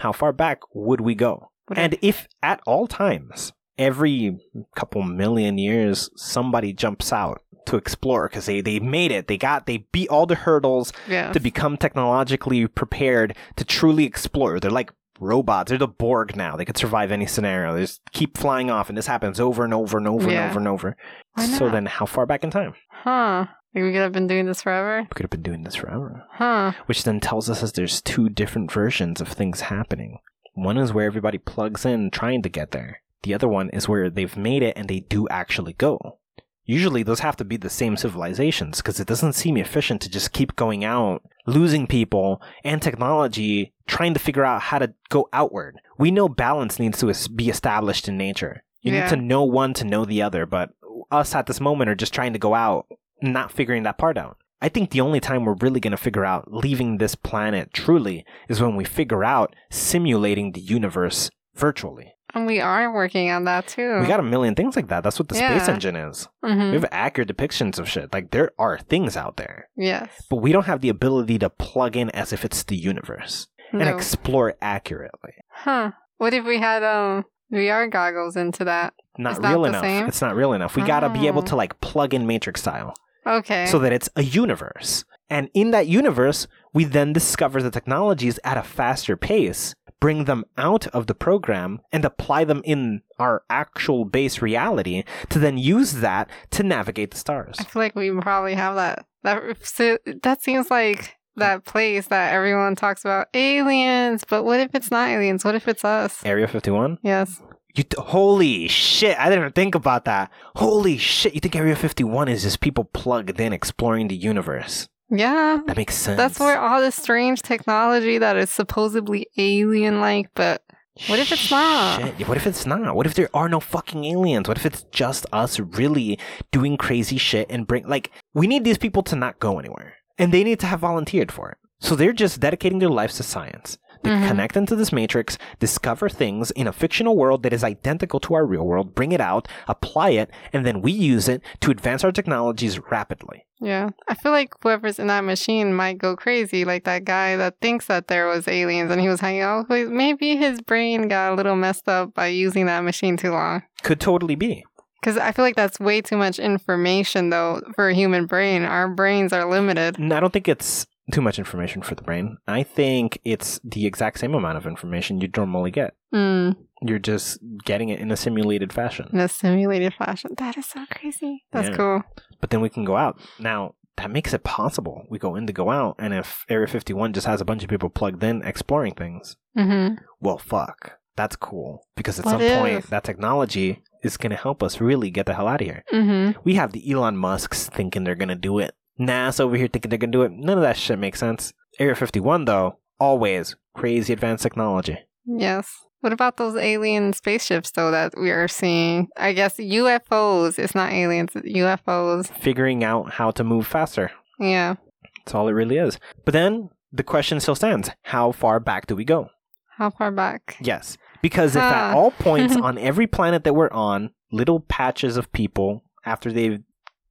Speaker 2: How far back would we go?
Speaker 3: Would
Speaker 2: And if at all times, every couple million years, somebody jumps out to explore because they, they made it, they got, they beat all the hurdles
Speaker 3: yeah.
Speaker 2: to become technologically prepared to truly explore. They're like robots, they're the Borg now. They could survive any scenario. They just keep flying off, and this happens over and over and over
Speaker 3: Yeah.
Speaker 2: and over and over.
Speaker 3: Why
Speaker 2: So
Speaker 3: not?
Speaker 2: then, how far back in time?
Speaker 3: Huh. Like we could have been doing this forever?
Speaker 2: We could have been doing this forever.
Speaker 3: Huh.
Speaker 2: which then tells us that there's two different versions of things happening. One is where everybody plugs in trying to get there. The other one is where they've made it and they do actually go. Usually those have to be the same civilizations because it doesn't seem efficient to just keep going out, losing people and technology, trying to figure out how to go outward. We know balance needs to es- be established in nature. You
Speaker 3: Yeah.
Speaker 2: need to know one to know the other, but us at this moment are just trying to go out, not figuring that part out. I think the only time we're really going to figure out leaving this planet truly is when we figure out simulating the universe virtually.
Speaker 3: And we are working on that too.
Speaker 2: We got a million things like that. That's what the space
Speaker 3: Yeah.
Speaker 2: engine is.
Speaker 3: Mhm.
Speaker 2: We have accurate depictions of shit. Like there are things out there,
Speaker 3: Yes.
Speaker 2: but we don't have the ability to plug in as if it's the universe
Speaker 3: No.
Speaker 2: and explore accurately.
Speaker 3: huh. What if we had um VR goggles into that?
Speaker 2: Not
Speaker 3: It's not
Speaker 2: real
Speaker 3: the
Speaker 2: enough.
Speaker 3: same?
Speaker 2: It's not real enough. We got to be able
Speaker 3: Oh.
Speaker 2: to like plug in matrix style.
Speaker 3: Okay.
Speaker 2: so that it's a universe. And in that universe, we then discover the technologies at a faster pace, bring them out of the program, and apply them in our actual base reality to then use that to navigate the stars.
Speaker 3: I feel like we probably have that. That so that seems like that place that everyone talks about aliens, but what if it's not aliens? What if it's us?
Speaker 2: Area 51?
Speaker 3: Yes.
Speaker 2: You th- holy shit, I didn't think about that. Holy shit, you think Area 51 is just people plugged in exploring the universe?
Speaker 3: Yeah.
Speaker 2: That makes sense.
Speaker 3: That's where all this strange technology that is supposedly alien like, but What if it's not?
Speaker 2: Shit. What if it's not? What if there are no fucking aliens? What if it's just us really doing crazy shit and bring like we need these people to not go anywhere. And they need to have volunteered for it. So they're just dedicating their lives to science. They
Speaker 3: Mhm.
Speaker 2: connect into this matrix, discover things in a fictional world that is identical to our real world, bring it out, apply it, and then we use it to advance our technologies rapidly.
Speaker 3: yeah. I feel like whoever's in that machine might go crazy, like that guy that thinks that there was aliens and he was hanging out with maybe his brain got a little messed up by using that machine too long.
Speaker 2: Could totally be.
Speaker 3: Cuz I feel like that's way too much information though for a human brain. Our brains are limited.
Speaker 2: No, I don't think it's too much information for the brain. I think it's the exact same amount of information you'd normally get.
Speaker 3: Mm,
Speaker 2: You're just getting it in a simulated
Speaker 3: in
Speaker 2: fashion.
Speaker 3: a simulated fashion. That is so crazy. That's
Speaker 2: Yeah.
Speaker 3: cool.
Speaker 2: But then we can go out. Now, that makes it possible. We go in to go out, and if Area 51 just has a bunch of people plugged in exploring things,
Speaker 3: Mhm.
Speaker 2: well, fuck. That's cool. Because at
Speaker 3: What
Speaker 2: some point,
Speaker 3: if?
Speaker 2: that technology is going to help us really get the hell out of here.
Speaker 3: Mhm.
Speaker 2: We have the Elon Musks thinking they're going to do it. NASA over here thinking they're going to do it. None of that shit makes sense. Area 51, though, always crazy advanced technology.
Speaker 3: Yes. What about those alien spaceships though that we are seeing? I guess UFOs. It's not aliens. It's UFOs.
Speaker 2: Figuring out how to move faster.
Speaker 3: Yeah.
Speaker 2: That's all it really is. But then the question still stands how far back do we go?
Speaker 3: How far back?
Speaker 2: Yes. Because if at
Speaker 3: Huh.
Speaker 2: all points on every planet that we're on, little patches of people, after they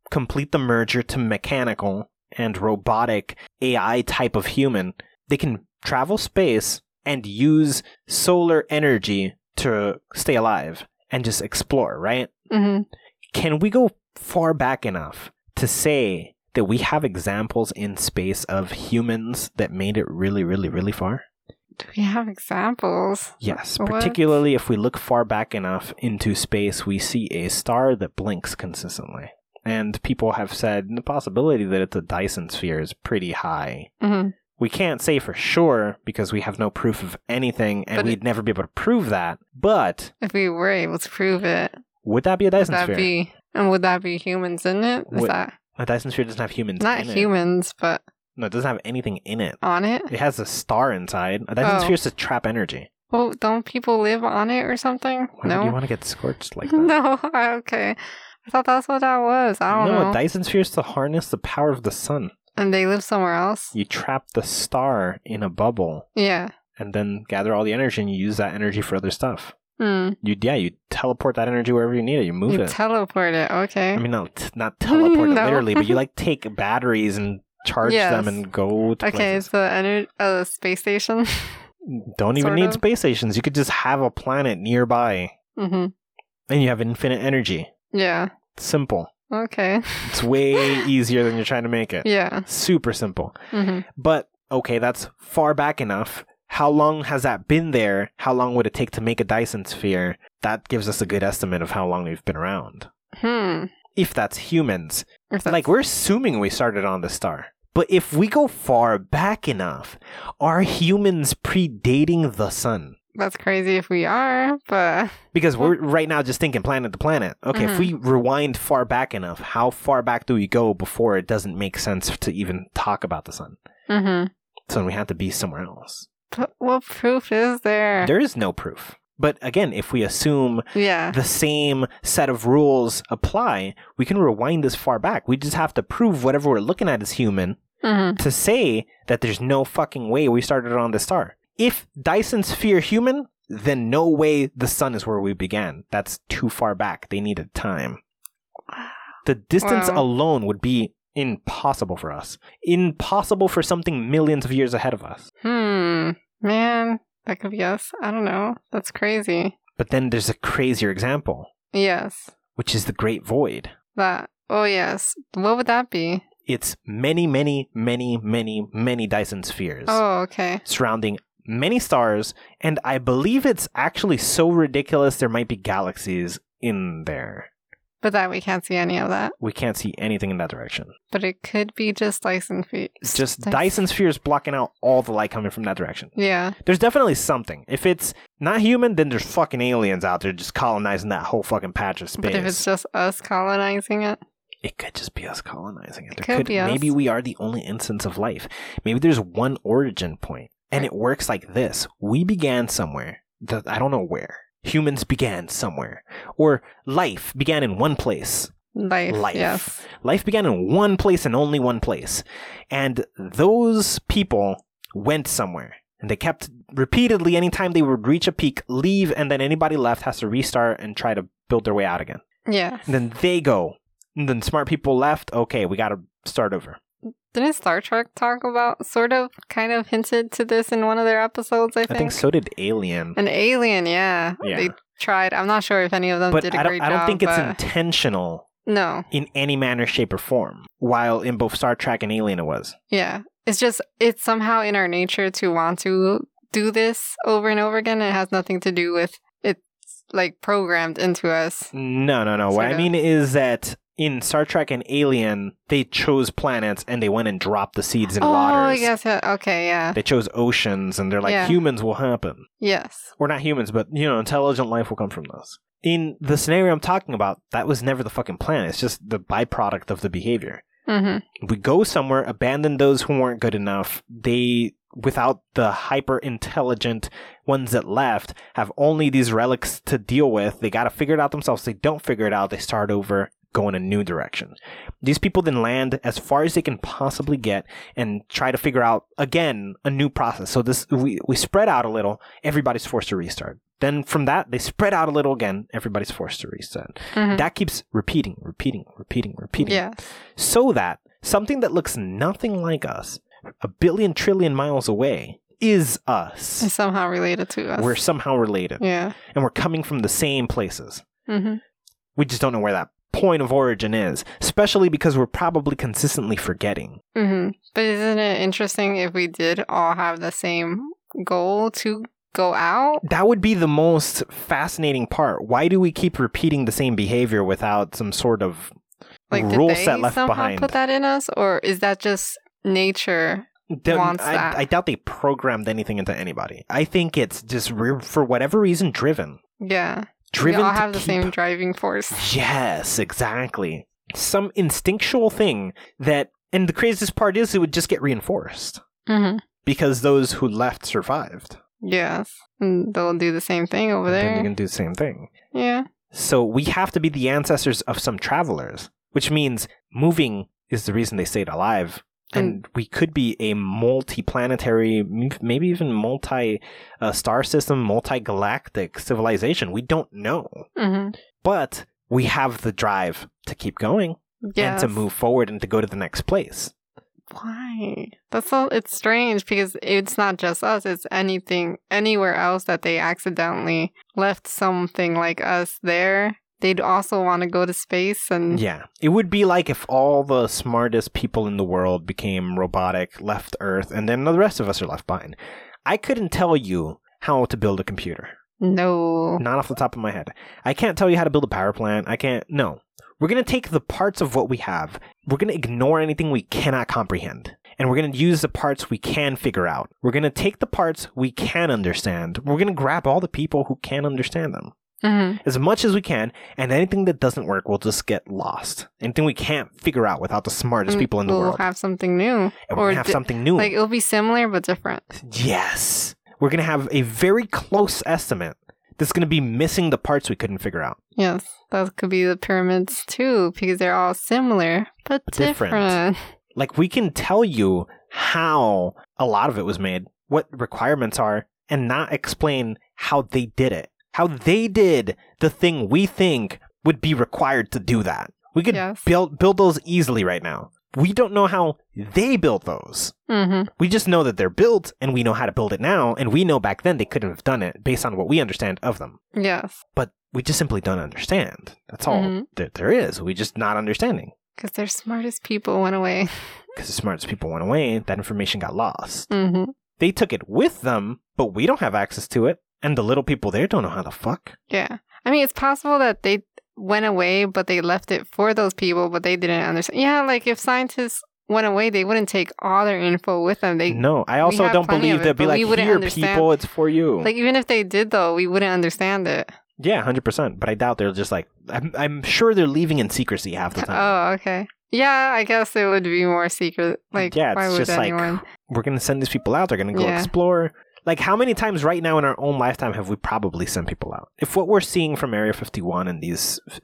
Speaker 2: complete the merger to mechanical and robotic AI type of human, they can travel space and use solar energy to stay alive and just explore, right?
Speaker 3: hmm
Speaker 2: Can we go far back enough to say that we have examples in space of humans that made it really, really, really far?
Speaker 3: Do we have examples?
Speaker 2: Yes,
Speaker 3: What?
Speaker 2: particularly if we look far back enough into space, we see a star that blinks consistently. And people have said the possibility that it's a Dyson sphere is pretty high.
Speaker 3: hmm
Speaker 2: We can't say for sure because we have no proof of anything and
Speaker 3: But it-
Speaker 2: we'd never be able to prove that. But
Speaker 3: If we were able to prove it,
Speaker 2: would that be a
Speaker 3: would
Speaker 2: Dyson
Speaker 3: that
Speaker 2: sphere?
Speaker 3: be? And would that be humans in it? Is
Speaker 2: Would-
Speaker 3: that
Speaker 2: A Dyson sphere doesn't have humans
Speaker 3: not
Speaker 2: in it.
Speaker 3: humans, but
Speaker 2: No, it doesn't have anything in it.
Speaker 3: on it?
Speaker 2: It has a star inside. A Dyson
Speaker 3: Oh.
Speaker 2: sphere is to trap energy.
Speaker 3: Well, don't people live on it or something?
Speaker 2: Why would you
Speaker 3: no.
Speaker 2: want to get scorched like that?
Speaker 3: no. I- Okay. I thought that's what that was. I don't
Speaker 2: no,
Speaker 3: know.
Speaker 2: a Dyson sphere is to harness the power of the sun.
Speaker 3: and they live somewhere else.
Speaker 2: you trap the star in a bubble
Speaker 3: Yeah.
Speaker 2: and then gather all the energy and you use that energy for other stuff.
Speaker 3: Hmm.
Speaker 2: You yeah, you teleport that energy wherever you need it. You move
Speaker 3: you
Speaker 2: it.
Speaker 3: teleport it. Okay.
Speaker 2: I mean, not t- not teleport it
Speaker 3: No.
Speaker 2: literally, but you like take batteries and charge them
Speaker 3: Yes.
Speaker 2: and go. To
Speaker 3: Okay,
Speaker 2: places.
Speaker 3: it's the ener- uh, space station.
Speaker 2: Don't even
Speaker 3: sort
Speaker 2: need
Speaker 3: of.
Speaker 2: space stations. You could just have a planet nearby
Speaker 3: hmm
Speaker 2: and you have infinite energy.
Speaker 3: Yeah.
Speaker 2: Simple.
Speaker 3: Okay.
Speaker 2: It's way easier than you're trying to make it.
Speaker 3: Yeah.
Speaker 2: Super simple.
Speaker 3: hmm
Speaker 2: But okay, that's far back enough. How long has that been there? How long would it take to make a Dyson sphere? That gives us a good estimate of how long we've been around.
Speaker 3: Hmm.
Speaker 2: If that's humans,
Speaker 3: If that's-
Speaker 2: like we're assuming we started on the star. But if we go far back enough, are humans predating the sun?
Speaker 3: that's crazy if we are, but
Speaker 2: Because we're right now just thinking planet to planet. Okay, if
Speaker 3: Mhm.
Speaker 2: we rewind far back enough, how far back do we go before it doesn't make sense to even talk about the sun?
Speaker 3: hmm
Speaker 2: So we have to be somewhere else.
Speaker 3: but what proof is there?
Speaker 2: There is no proof. But again, if we assume
Speaker 3: yeah.
Speaker 2: the same set of rules apply, we can rewind this far back. We just have to prove whatever we're looking at is human
Speaker 3: hmm
Speaker 2: to say that there's no fucking way we started on the star. If Dyson's fear human, then no way the sun is where we began. That's too far back. They needed time. The distance
Speaker 3: Wow.
Speaker 2: alone would be impossible for us. Impossible for something millions of years ahead of us.
Speaker 3: Hmm. Man, that could be us. I don't know. That's crazy.
Speaker 2: But then there's a crazier example,
Speaker 3: Yes.
Speaker 2: which is the Great Void.
Speaker 3: That. Oh yes. What would that be?
Speaker 2: It's many, many, many, many, many Dyson spheres
Speaker 3: Oh, okay.
Speaker 2: surrounding many stars, and I believe it's actually so ridiculous there might be galaxies in there.
Speaker 3: But that we can't see any of that.
Speaker 2: We can't see anything in that direction.
Speaker 3: But it could be just Dyson feet.
Speaker 2: Just Dyson sphere is blocking out all the light coming from that direction.
Speaker 3: Yeah.
Speaker 2: There's definitely something. If it's not human, then there's fucking aliens out there just colonizing that whole fucking patch of space.
Speaker 3: But if it's just us colonizing it,
Speaker 2: it could just be us colonizing it.
Speaker 3: It
Speaker 2: There
Speaker 3: could be us.
Speaker 2: Maybe we are the only instance of life. Maybe there's one origin point, and it works like this: we began somewhere. The, I don't know where. Humans began somewhere, or life began in one place.
Speaker 3: life.
Speaker 2: Life.
Speaker 3: Yes.
Speaker 2: Life began in one place and only one place, and those people went somewhere. And they kept repeatedly, anytime they would reach a peak, leave, and then anybody left has to restart and try to build their way out again.
Speaker 3: Yeah.
Speaker 2: And then they go. And then smart people left. Okay, we got to start over.
Speaker 3: Didn't Star Trek talk about sort of kind of hinted to this in one of their episodes, I think?
Speaker 2: I think so did Alien.
Speaker 3: An alien, yeah.
Speaker 2: Yeah.
Speaker 3: They tried. I'm not sure if any of them
Speaker 2: But
Speaker 3: did a
Speaker 2: I don't,
Speaker 3: great
Speaker 2: I don't
Speaker 3: job,
Speaker 2: think it's
Speaker 3: but-
Speaker 2: intentional
Speaker 3: No.
Speaker 2: in any manner, shape, or form. While in both Star Trek and Alien, it was.
Speaker 3: Yeah. It's just it's somehow in our nature to want to do this over and over again. It has nothing to do with it's like programmed into us.
Speaker 2: No, no, no. What
Speaker 3: Sort
Speaker 2: I
Speaker 3: of.
Speaker 2: mean is that in Star Trek and Alien, they chose planets and they went and dropped the seeds in
Speaker 3: oh,
Speaker 2: waters.
Speaker 3: I guess. yeah. Okay, yeah.
Speaker 2: They chose oceans and they're like,
Speaker 3: Yeah.
Speaker 2: humans will happen.
Speaker 3: Yes.
Speaker 2: or not humans, but you know, intelligent life will come from those. In the scenario I'm talking about, that was never the fucking plan. It's just the byproduct of the behavior.
Speaker 3: Mm-hmm.
Speaker 2: We go somewhere, abandon those who weren't good enough. They, without the hyper intelligent ones that left, have only these relics to deal with. They got to figure it out themselves. They don't figure it out. They start over, go in a new direction. These people then land as far as they can possibly get and try to figure out again a new process. So this we, we spread out a little. Everybody's forced to restart. Then from that they spread out a little again. Everybody's forced to restart.
Speaker 3: Mhm.
Speaker 2: That keeps repeating, repeating, repeating, repeating
Speaker 3: Yes.
Speaker 2: so that something that looks nothing like us, a billion trillion miles away, is us.
Speaker 3: It's somehow related to us.
Speaker 2: We're somehow related,
Speaker 3: yeah.
Speaker 2: and we're coming from the same places.
Speaker 3: Mm-hmm.
Speaker 2: We just don't know where that point of origin is, especially because we're probably consistently forgetting.
Speaker 3: Mm-hmm. But isn't it interesting if we did all have the same goal to go out?
Speaker 2: That would be the most fascinating part. Why do we keep repeating the same behavior without some sort of
Speaker 3: Like, did
Speaker 2: rule
Speaker 3: they
Speaker 2: set left
Speaker 3: somehow
Speaker 2: behind?
Speaker 3: put that in us, or is that just nature?
Speaker 2: Don't-
Speaker 3: wants
Speaker 2: I,
Speaker 3: that.
Speaker 2: I doubt they programmed anything into anybody. I think it's just, re- for whatever reason, driven.
Speaker 3: Yeah,
Speaker 2: Driven
Speaker 3: we all
Speaker 2: to
Speaker 3: have the
Speaker 2: keep
Speaker 3: same driving force.
Speaker 2: Yes, exactly. Some instinctual thing that, and the craziest part is it would just get reinforced
Speaker 3: Mm-hmm.
Speaker 2: because those who left survived.
Speaker 3: Yes, and they'll do the same thing over
Speaker 2: And then
Speaker 3: there.
Speaker 2: they can do the same thing.
Speaker 3: Yeah,
Speaker 2: So we have to be the ancestors of some travelers, which means moving is the reason they stayed alive. And we could be a multi-planetary, m- maybe even multi-star system, multi-galactic civilization. We don't know,
Speaker 3: mm-hmm.
Speaker 2: but we have the drive to keep going.
Speaker 3: yeah.
Speaker 2: and to move forward and to go to the next place.
Speaker 3: Why? That's all. It's strange because it's not just us. It's anything, anywhere else that they accidentally left something like us there. They'd also want to go to space and
Speaker 2: Yeah. It would be like if all the smartest people in the world became robotic, left Earth, and then the rest of us are left behind. I couldn't tell you how to build a computer.
Speaker 3: no.
Speaker 2: Not off the top of my head. I can't tell you how to build a power plant. I can't. No. We're going to take the parts of what we have. We're going to ignore anything we cannot comprehend. And we're going to use the parts we can figure out. We're going to take the parts we can understand. We're going to grab all the people who can understand them.
Speaker 3: Mhm.
Speaker 2: as much as we can, and anything that doesn't work will just get lost. Anything we can't figure out without the smartest
Speaker 3: Mm,
Speaker 2: people in the
Speaker 3: we'll
Speaker 2: world.
Speaker 3: have something new.
Speaker 2: and we're going
Speaker 3: or
Speaker 2: to have
Speaker 3: di-
Speaker 2: something new.
Speaker 3: Like it'll be similar but different.
Speaker 2: yes. We're going to have a very close estimate that's going to be missing the parts we couldn't figure out.
Speaker 3: Yes, that could be the pyramids too because they're all similar but
Speaker 2: Different.
Speaker 3: different.
Speaker 2: Like, we can tell you how a lot of it was made, what requirements are, and not explain how they did it. How they did the thing we think would be required to do that. We could
Speaker 3: Yes.
Speaker 2: build build those easily right now. We don't know how they built those.
Speaker 3: hmm
Speaker 2: We just know that they're built and we know how to build it now, and we know back then they couldn't have done it based on what we understand of them.
Speaker 3: Yes,
Speaker 2: But we just simply don't understand. That's all
Speaker 3: Mhm.
Speaker 2: that there is. We just not understanding.
Speaker 3: because their smartest people went away.
Speaker 2: Because the smartest people went away, that information got lost.
Speaker 3: hmm
Speaker 2: They took it with them, but we don't have access to it, and the little people there don't know how the fuck.
Speaker 3: Yeah. I mean, it's possible that they went away, but they left it for those people, but they didn't understand. Yeah, like if scientists went away, they wouldn't take all their info with them. They
Speaker 2: no, I also
Speaker 3: have
Speaker 2: don't
Speaker 3: plenty
Speaker 2: believe
Speaker 3: of it,
Speaker 2: they'd be
Speaker 3: but
Speaker 2: like,
Speaker 3: we wouldn't
Speaker 2: here,
Speaker 3: understand."
Speaker 2: people, it's for you.
Speaker 3: like even if they did though, we wouldn't understand it.
Speaker 2: yeah, hundred percent. But I doubt they're just like. I'm, I'm sure they're leaving in secrecy half the time.
Speaker 3: Oh, okay. Yeah, I guess it would be more secret. oh, Like,
Speaker 2: Yeah,
Speaker 3: why
Speaker 2: it's
Speaker 3: would
Speaker 2: just like-
Speaker 3: anyone?
Speaker 2: We're gonna send these people out. They're gonna go
Speaker 3: Yeah.
Speaker 2: explore. Like, how many times right now in our own lifetime have we probably sent people out? If what we're seeing from Area 51 and these, f-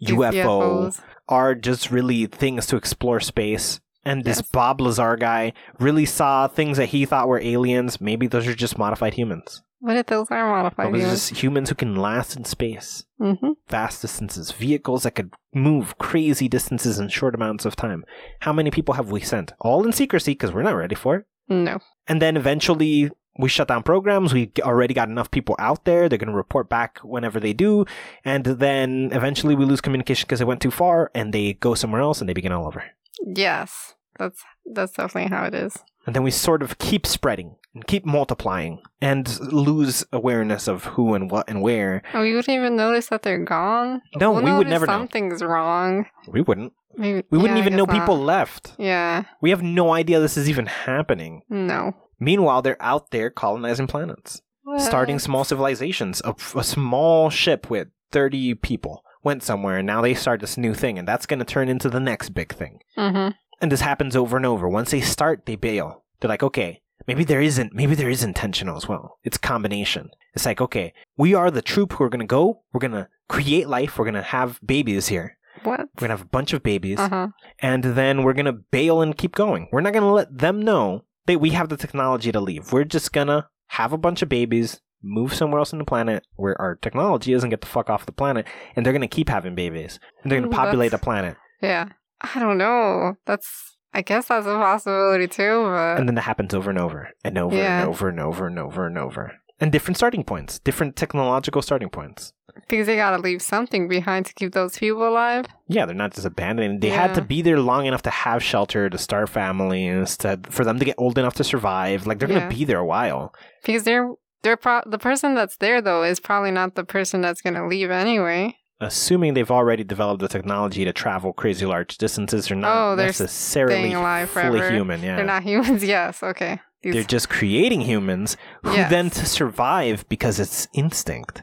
Speaker 3: these
Speaker 2: UFOs
Speaker 3: UFOs?
Speaker 2: are just really things to explore space. And this
Speaker 3: Yes.
Speaker 2: Bob Lazar guy really saw things that he thought were aliens. Maybe those are just modified humans.
Speaker 3: What if those are modified?
Speaker 2: Those are just humans who can last in space,
Speaker 3: Mm-hmm.
Speaker 2: vast distances, vehicles that could move crazy distances in short amounts of time. How many people have we sent? All in secrecy because we're not ready for it.
Speaker 3: No.
Speaker 2: And then eventually we shut down programs. We g- already got enough people out there. They're going to report back whenever they do. And then eventually we lose communication because it went too far and they go somewhere else and they begin all over.
Speaker 3: Yes, that's that's definitely how it is.
Speaker 2: And then we sort of keep spreading and keep multiplying and lose awareness of who and what and where.
Speaker 3: And Oh, we wouldn't even notice that they're gone.
Speaker 2: No,
Speaker 3: We'll
Speaker 2: we would
Speaker 3: notice
Speaker 2: never know.
Speaker 3: something's wrong.
Speaker 2: We wouldn't.
Speaker 3: Maybe
Speaker 2: We wouldn't
Speaker 3: yeah, I
Speaker 2: even know
Speaker 3: guess not.
Speaker 2: people left.
Speaker 3: Yeah.
Speaker 2: We have no idea this is even happening.
Speaker 3: No.
Speaker 2: Meanwhile, they're out there colonizing planets. starting
Speaker 3: What?
Speaker 2: small civilizations. A, a small ship with 30 people went somewhere, and now they start this new thing, and that's going to turn into the next big thing.
Speaker 3: Mhm.
Speaker 2: And this happens over and over. Once they start, they bail. They're like, okay, maybe there isn't, maybe there is intentional as well. It's combination. It's like, okay, we are the troop who are going to go, we're going to create life, we're going to have babies here.
Speaker 3: What?
Speaker 2: We're going to have a bunch of babies,
Speaker 3: Uh huh.
Speaker 2: and then we're going to bail and keep going. We're not going to let them know that we have the technology to leave. We're just going to have a bunch of babies, move somewhere else on the planet where our technology is and get the fuck off the planet, and they're going to keep having babies. And they're going
Speaker 3: Ooh,
Speaker 2: to populate the
Speaker 3: that's-
Speaker 2: planet.
Speaker 3: Yeah. I don't know. That's. I guess that's a possibility too. But
Speaker 2: And then that happens over and over and over
Speaker 3: Uh, Yeah.
Speaker 2: and over and over and over and over. And different starting points, different technological starting points.
Speaker 3: because they gotta leave something behind to keep those people alive.
Speaker 2: Yeah, they're not just abandoned. They had
Speaker 3: Yeah.
Speaker 2: to be there long enough to have shelter, to start families, to, for them to get old enough to survive. Like, they're
Speaker 3: Yeah.
Speaker 2: going to be there a while.
Speaker 3: Because they're they're pro- the person that's there though is probably not the person that's gonna leave anyway.
Speaker 2: assuming they've already developed the technology to travel crazy large distances, they're not
Speaker 3: Oh, they're
Speaker 2: necessarily
Speaker 3: staying alive
Speaker 2: fully
Speaker 3: forever.
Speaker 2: human. Yeah,
Speaker 3: They're not humans. yes. Okay. These-
Speaker 2: They're just creating humans who
Speaker 3: Yes.
Speaker 2: then, to survive because it's instinct,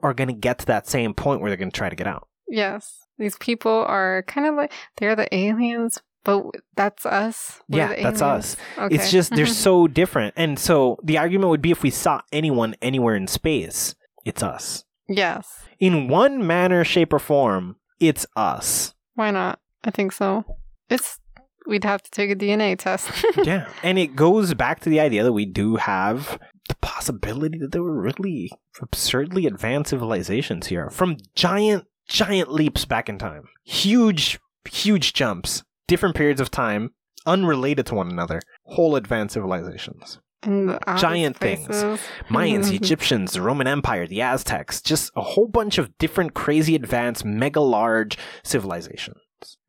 Speaker 2: are going to get to that same point where they're going to try to get out.
Speaker 3: yes. These people are kind of like they're the aliens, but w- that's us. We're
Speaker 2: yeah,
Speaker 3: the
Speaker 2: that's
Speaker 3: aliens.
Speaker 2: us. It's just they're so different, and so the argument would be if we saw anyone anywhere in space, it's us.
Speaker 3: yes.
Speaker 2: In one manner, shape, or form, it's us.
Speaker 3: Why not? I think so. It's we'd have to take a DNA test.
Speaker 2: yeah, and it goes back to the idea that we do have the possibility that there were really absurdly advanced civilizations here from giant, giant leaps back in time, huge, huge jumps, different periods of time, unrelated to one another, whole advanced civilizations.
Speaker 3: And the obvious
Speaker 2: Giant things.
Speaker 3: places.
Speaker 2: Mayans, the Egyptians, the Roman Empire, the Aztecs, just a whole bunch of different crazy advanced, mega large civilizations.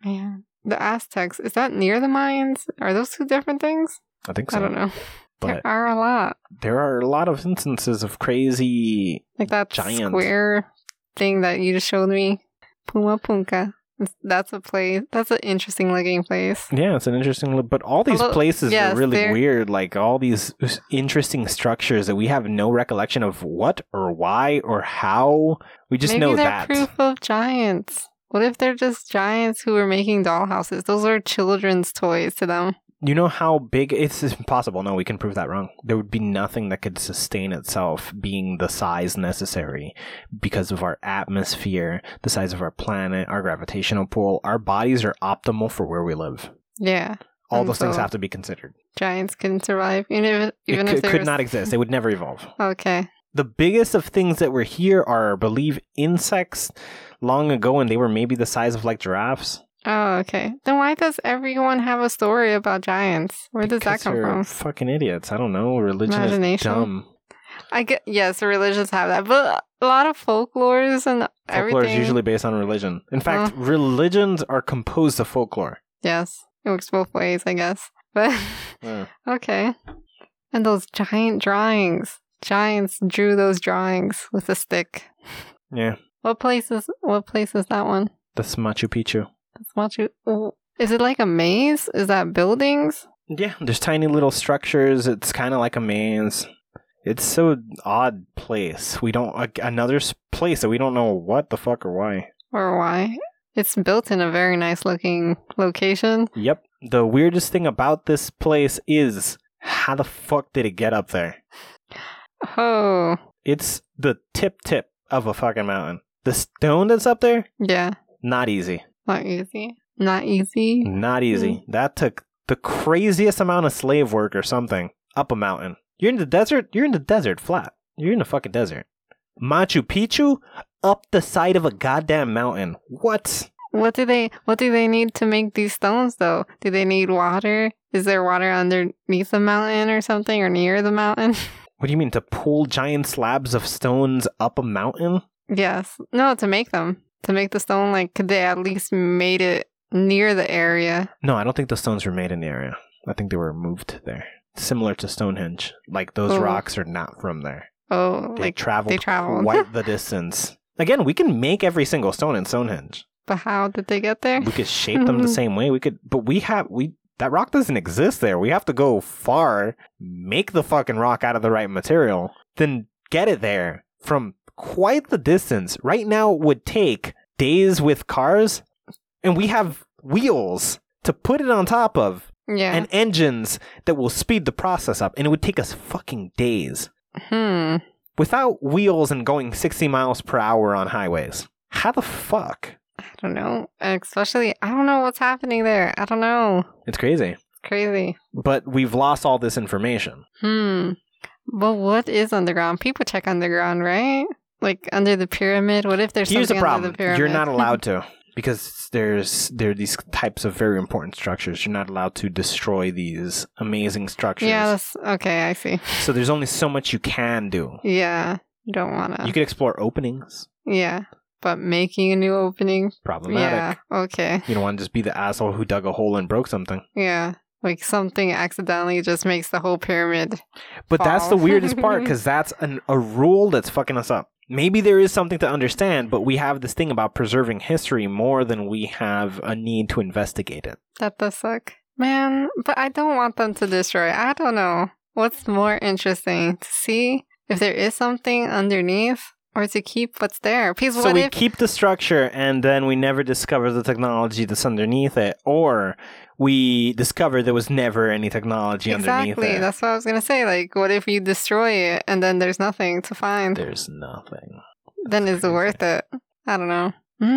Speaker 3: Man. The Aztecs. Is that near the Mayans? Are those two different things?
Speaker 2: I think so.
Speaker 3: I don't know.
Speaker 2: But
Speaker 3: there are a lot.
Speaker 2: there are a lot of instances of crazy
Speaker 3: Like that
Speaker 2: Giant.
Speaker 3: square thing that you just showed me. Puma Punka. It's- That's a place. That's an interesting looking place.
Speaker 2: Yeah, it's an interesting look. But all these
Speaker 3: Although-
Speaker 2: places
Speaker 3: yes,
Speaker 2: are really
Speaker 3: they're-
Speaker 2: weird. Like all these s- interesting structures that we have no recollection of what or why or how. We just
Speaker 3: Maybe
Speaker 2: know
Speaker 3: they're
Speaker 2: that.
Speaker 3: proof of giants. What if they're just giants who are making dollhouses? Those are children's toys to them.
Speaker 2: You know how big it's impossible. No, we can prove that wrong. There would be nothing that could sustain itself being the size necessary because of our atmosphere, the size of our planet, our gravitational pull. Our bodies are optimal for where we live.
Speaker 3: Yeah,
Speaker 2: All
Speaker 3: And
Speaker 2: those things
Speaker 3: so-
Speaker 2: have to be considered.
Speaker 3: giants couldn't survive. Even if even
Speaker 2: it c-
Speaker 3: if they
Speaker 2: could
Speaker 3: were-
Speaker 2: not exist. They would never evolve.
Speaker 3: Okay.
Speaker 2: the biggest of things that were here are, I believe, insects long ago, and they were maybe the size of like giraffes.
Speaker 3: Oh, okay. Then why does everyone have a story about giants? Where does that
Speaker 2: Because
Speaker 3: come
Speaker 2: they're
Speaker 3: from?
Speaker 2: Fucking idiots. I don't know. Religion is
Speaker 3: Imagination?
Speaker 2: dumb.
Speaker 3: I get yes, religions have that, but a lot of folklores and
Speaker 2: Folklore
Speaker 3: everything.
Speaker 2: is usually based on religion. In fact, religions are composed of folklore.
Speaker 3: Yes, it works both ways, I guess. But
Speaker 2: Uh,
Speaker 3: okay. And those giant drawings. Giants drew those drawings with a stick.
Speaker 2: yeah.
Speaker 3: What place is what place is that one?
Speaker 2: That's Machu Picchu.
Speaker 3: That's Machu. oh, Is it like a maze? Is that buildings?
Speaker 2: Yeah, there's tiny little structures. It's kind of like a maze. It's so odd place. We don't like another s- place that we don't know what the fuck or why.
Speaker 3: or why. It's built in a very nice looking location.
Speaker 2: Yep. The weirdest thing about this place is how the fuck did it get up there?
Speaker 3: Oh,
Speaker 2: It's the tip tip of a fucking mountain. The stone that's up there,
Speaker 3: yeah,
Speaker 2: not easy.
Speaker 3: not easy. Not easy.
Speaker 2: Not easy.
Speaker 3: Mm.
Speaker 2: That took the craziest amount of slave work or something up a mountain. You're in the desert. You're in the desert, flat. You're in the fucking desert. Machu Picchu up the side of a goddamn mountain. What?
Speaker 3: What do they What do they need to make these stones though? Do they need water? Is there water underneath the mountain or something or near the mountain?
Speaker 2: What do you mean to pull giant slabs of stones up a mountain?
Speaker 3: yes. No, to make them to make the stone. Like, could they at least made it near the area?
Speaker 2: No, I don't think the stones were made in the area. I think they were moved there. Similar to Stonehenge. Like those
Speaker 3: Oh.
Speaker 2: rocks are not from there.
Speaker 3: Oh,
Speaker 2: They
Speaker 3: like,
Speaker 2: traveled
Speaker 3: they traveled.
Speaker 2: quite the distance. Again, we can make every single stone in Stonehenge.
Speaker 3: but how did they get there?
Speaker 2: we could shape them the same way. We could, but we have we that rock doesn't exist there. We have to go far, make the fucking rock out of the right material, then get it there from quite the distance. Right now it would take days with cars, and we have wheels to put it on top of
Speaker 3: Yeah.
Speaker 2: and engines that will speed the process up, and it would take us fucking days
Speaker 3: hmm.
Speaker 2: without wheels and going 60 miles per hour on highways. How the fuck?
Speaker 3: I don't know. Especially, I don't know what's happening there. I don't know.
Speaker 2: It's crazy.
Speaker 3: Crazy.
Speaker 2: But we've lost all this information.
Speaker 3: Hmm. But what is underground? People check underground, right? Like under the pyramid. What if there's
Speaker 2: Here's the
Speaker 3: something
Speaker 2: problem:
Speaker 3: under the pyramid?
Speaker 2: you're not allowed to because there's there are these types of very important structures. You're not allowed to destroy these amazing structures.
Speaker 3: yeah. That's, okay, I see.
Speaker 2: So there's only so much you can do.
Speaker 3: Yeah, you don't wanna.
Speaker 2: You could explore openings.
Speaker 3: yeah, but making a new opening. Yeah.
Speaker 2: Problematic.
Speaker 3: Okay.
Speaker 2: You don't want to just be the asshole who dug a hole and broke something.
Speaker 3: Yeah. Like something accidentally just makes the whole pyramid.
Speaker 2: But that's
Speaker 3: Fall.
Speaker 2: the weirdest part because that's an, a rule that's fucking us up. Maybe there is something to understand, but we have this thing about preserving history more than we have a need to investigate it.
Speaker 3: That does suck, man. But I don't want them to destroy. I don't know what's more interesting to see if there is something underneath or to keep what's there. Because
Speaker 2: So
Speaker 3: what
Speaker 2: we
Speaker 3: if
Speaker 2: keep the structure and then we never discover the technology that's underneath it, or we discover there was never any technology
Speaker 3: Exactly.
Speaker 2: underneath it.
Speaker 3: That's what I was gonna say. Like, what if you destroy it and then there's nothing to find?
Speaker 2: There's nothing.
Speaker 3: then is it worth it? I don't know. Mm,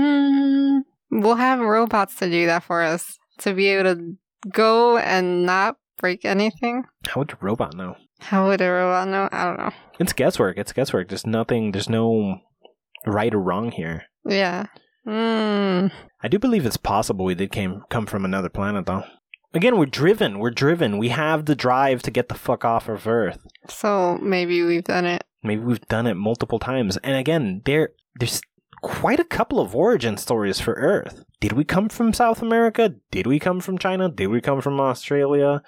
Speaker 2: Mm-hmm.
Speaker 3: we'll have robots to do that for us to be able to go and not break anything.
Speaker 2: How would a robot know?
Speaker 3: How would a robot know? I don't know.
Speaker 2: It's guesswork. It's guesswork. There's nothing. There's no right or wrong here.
Speaker 3: Yeah. Mm,
Speaker 2: I do believe it's possible we did came come from another planet, though. Again, we're driven. We're driven. We have the drive to get the fuck off of Earth.
Speaker 3: so maybe we've done it.
Speaker 2: Maybe we've done it multiple times. And again, there there's quite a couple of origin stories for Earth. Did we come from South America? Did we come from China? Did we come from Australia?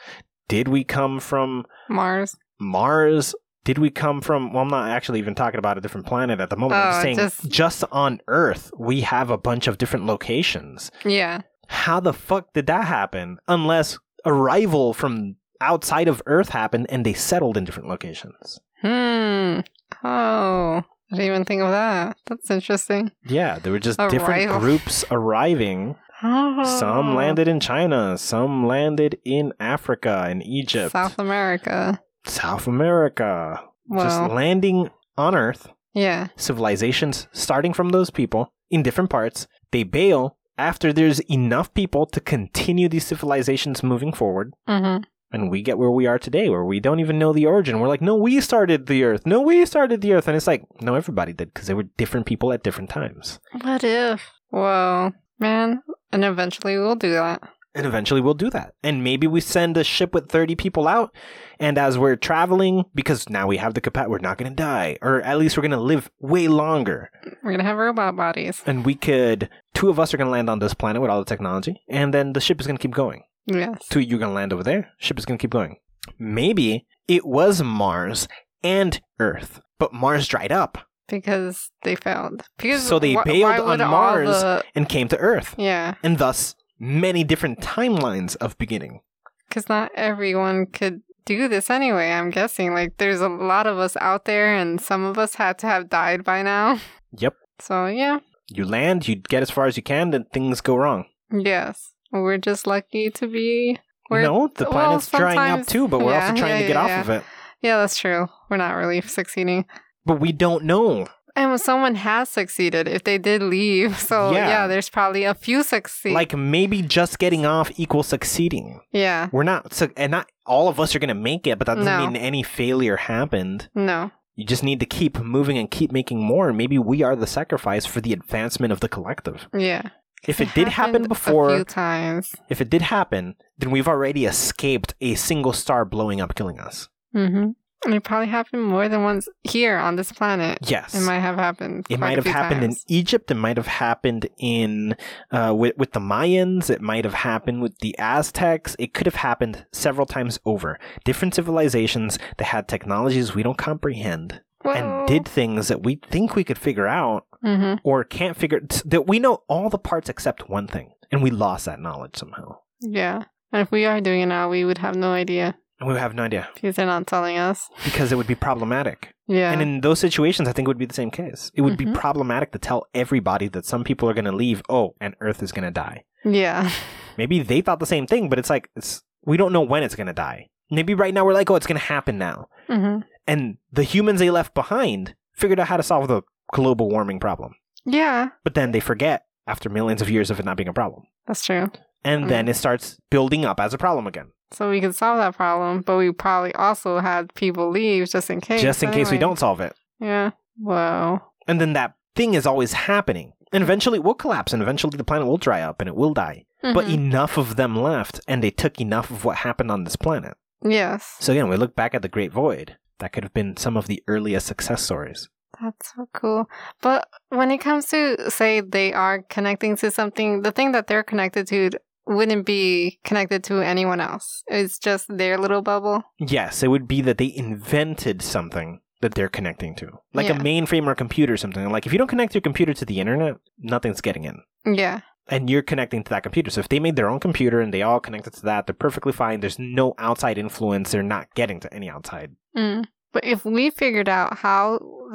Speaker 2: Did we come from
Speaker 3: Mars.
Speaker 2: Mars? Did we come from well I'm not actually even talking about a different planet at the moment.
Speaker 3: Oh,
Speaker 2: I'm saying
Speaker 3: just-
Speaker 2: just on Earth, we have a bunch of different locations.
Speaker 3: Yeah.
Speaker 2: How the fuck did that happen? Unless arrival from outside of Earth happened and they settled in different locations.
Speaker 3: Hmm. Oh, I didn't even think of that. That's interesting.
Speaker 2: Yeah, there were just different
Speaker 3: Arrival.
Speaker 2: groups arriving. Some
Speaker 3: Oh.
Speaker 2: landed in China, some landed in Africa and Egypt,
Speaker 3: South America.
Speaker 2: South America.
Speaker 3: Wow.
Speaker 2: Just landing on Earth,
Speaker 3: Yeah.
Speaker 2: civilizations starting from those people in different parts. They bail after there's enough people to continue these civilizations moving forward.
Speaker 3: Mm-hmm.
Speaker 2: And we get where we are today, where we don't even know the origin. We're like, no, we started the Earth. No, we started the Earth. And it's like, no, everybody did because they were different people at different times.
Speaker 3: What if? Whoa, man. And eventually we'll do that.
Speaker 2: And eventually we'll do that. And maybe we send a ship with 30 people out. And as we're traveling, because now we have the capacity, we're not going to die. Or at least we're going to live way longer.
Speaker 3: We're gonna have robot bodies.
Speaker 2: And we could, two of us are going to land on this planet with all the technology. And then the ship is going to keep going.
Speaker 3: Yes.
Speaker 2: Two, you're going to land over there. Ship is going to keep going. Maybe it was Mars and Earth, but Mars dried up.
Speaker 3: because they failed. Because
Speaker 2: So they
Speaker 3: wh-
Speaker 2: bailed
Speaker 3: why
Speaker 2: on
Speaker 3: would all
Speaker 2: Mars.
Speaker 3: the-
Speaker 2: and came to Earth,
Speaker 3: yeah,
Speaker 2: and thus many different timelines of beginning.
Speaker 3: because not everyone could do this anyway. I'm guessing like there's a lot of us out there, and some of us had to have died by now.
Speaker 2: Yep.
Speaker 3: So yeah,
Speaker 2: You land, you get as far as you can, then things go wrong.
Speaker 3: yes, we're just lucky to be. We're,
Speaker 2: no, the
Speaker 3: well,
Speaker 2: planet's drying up
Speaker 3: sometimes-
Speaker 2: too, but we're
Speaker 3: yeah,
Speaker 2: also trying
Speaker 3: yeah,
Speaker 2: to get
Speaker 3: yeah,
Speaker 2: off
Speaker 3: yeah.
Speaker 2: of it.
Speaker 3: Yeah, that's true. We're not really succeeding.
Speaker 2: But we don't know.
Speaker 3: And when someone has succeeded, if they did leave, so
Speaker 2: Yeah.
Speaker 3: yeah, there's probably a few succeed.
Speaker 2: Like maybe just getting off equals succeeding.
Speaker 3: yeah,
Speaker 2: We're not, so, and not all of us are gonna make it, but that doesn't
Speaker 3: No.
Speaker 2: mean any failure happened.
Speaker 3: no,
Speaker 2: You just need to keep moving and keep making more. and Maybe we are the sacrifice for the advancement of the collective.
Speaker 3: yeah.
Speaker 2: If it did happen
Speaker 3: happened a few
Speaker 2: before,
Speaker 3: times.
Speaker 2: if it did happen, then we've already escaped a single star blowing up, killing us.
Speaker 3: Mm-hmm. And it probably happened more than once here on this planet.
Speaker 2: Yes.
Speaker 3: It might have happened.
Speaker 2: It might have happened in Egypt. It might have happened in uh, with with the Mayans. It might have happened with the Aztecs. It could have happened several times over. Different civilizations that had technologies we don't comprehend and did things that we think we could figure out
Speaker 3: hmm
Speaker 2: or can't figure. t- That we know all the parts except one thing, and we lost that knowledge somehow.
Speaker 3: Yeah. And if we are doing it now, we would have no idea
Speaker 2: And we have no idea
Speaker 3: because they're not telling us.
Speaker 2: because it would be problematic.
Speaker 3: Yeah.
Speaker 2: And in those situations, I think it would be the same case. It would
Speaker 3: Mhm.
Speaker 2: be problematic to tell everybody that some people are going to leave. Oh, and Earth is going to die.
Speaker 3: yeah.
Speaker 2: Maybe they thought the same thing, but it's like it's we don't know when it's gonna die. Maybe right now we're like, oh, it's gonna happen now.
Speaker 3: hmm
Speaker 2: And the humans they left behind figured out how to solve the global warming problem.
Speaker 3: Yeah.
Speaker 2: But then they forget after millions of years of it not being a problem.
Speaker 3: That's true.
Speaker 2: And then it starts building up as a problem again.
Speaker 3: So we could solve that problem, but we probably also had people leave just in case.
Speaker 2: just in case we
Speaker 3: anyway.
Speaker 2: don't solve it.
Speaker 3: Yeah. Whoa.
Speaker 2: And then that thing is always happening. And eventually it will collapse and eventually the planet will dry up and it will die. But
Speaker 3: Mhm.
Speaker 2: enough of them left and they took enough of what happened on this planet.
Speaker 3: yes.
Speaker 2: So again, we look back at the Great Void. That could have been some of the earliest success stories.
Speaker 3: That's so cool. But when it comes to, say, they are connecting to something, the thing that they're connected to wouldn't be connected to anyone else. It's just their little bubble.
Speaker 2: Yes, it would be that they invented something that they're connecting to, like a
Speaker 3: Yeah.
Speaker 2: mainframe or a computer or something. Like if you don't connect your computer to the internet, nothing's getting in.
Speaker 3: Yeah.
Speaker 2: And you're connecting to that computer. So if they made their own computer and they all connected to that, they're perfectly fine. There's no outside influence. They're not getting to any outside.
Speaker 3: Mm. But if we figured out how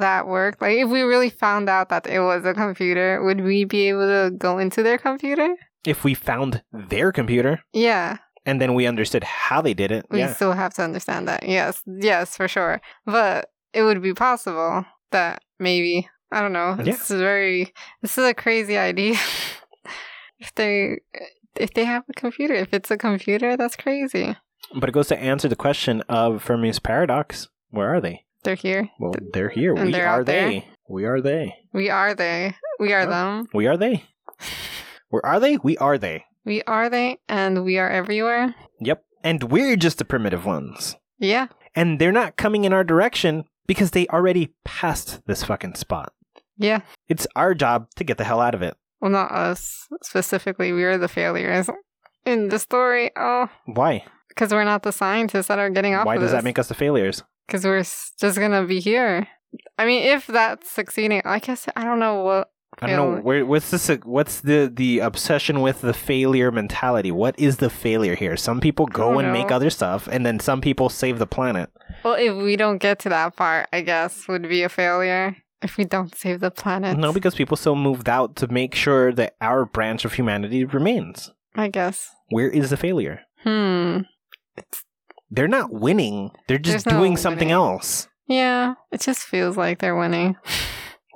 Speaker 3: that worked, like if we really found out that it was a computer, would we be able to go into their computer?
Speaker 2: If we found their computer
Speaker 3: Yeah.
Speaker 2: and then we understood how they did it,
Speaker 3: We
Speaker 2: yeah,
Speaker 3: still have to understand that. Yes. Yes, for sure. But it would be possible that maybe, I don't know.
Speaker 2: Yeah.
Speaker 3: This is very, this is a crazy idea. if they, if they have a computer, if it's a computer, that's crazy.
Speaker 2: but it goes to answer the question of Fermi's paradox. Where are they?
Speaker 3: They're here.
Speaker 2: Well, they're here.
Speaker 3: And
Speaker 2: We
Speaker 3: they're
Speaker 2: are
Speaker 3: out there.
Speaker 2: they. We are they.
Speaker 3: We are they. We are
Speaker 2: Huh?
Speaker 3: them.
Speaker 2: We are they. Where are they? We are they.
Speaker 3: We are they, and we are everywhere.
Speaker 2: Yep. And we're just the primitive ones.
Speaker 3: Yeah.
Speaker 2: And they're not coming in our direction because they already passed this fucking spot.
Speaker 3: Yeah.
Speaker 2: It's our job to get the hell out of it.
Speaker 3: Well, not us specifically. We are the failures in the story. Oh,
Speaker 2: Why?
Speaker 3: because we're not the scientists that are getting off.
Speaker 2: Why does that make us the failures?
Speaker 3: Because we're s- just gonna be here. I mean, if that's succeeding, I guess I don't know what.
Speaker 2: I don't know.
Speaker 3: Fail-
Speaker 2: Where, what's this? What's the the obsession with the failure mentality? What is the failure here? Some people
Speaker 3: I
Speaker 2: go
Speaker 3: don't
Speaker 2: and make
Speaker 3: know.
Speaker 2: other stuff, and then some people save the planet.
Speaker 3: Well, if we don't get to that part, I guess would be a failure. If we don't save the planet,
Speaker 2: No, because people still moved out to make sure that our branch of humanity remains.
Speaker 3: I guess.
Speaker 2: Where is the failure?
Speaker 3: Hmm.
Speaker 2: They're not winning. They're just
Speaker 3: There's no
Speaker 2: doing something
Speaker 3: winning.
Speaker 2: else.
Speaker 3: Yeah, it just feels like they're winning.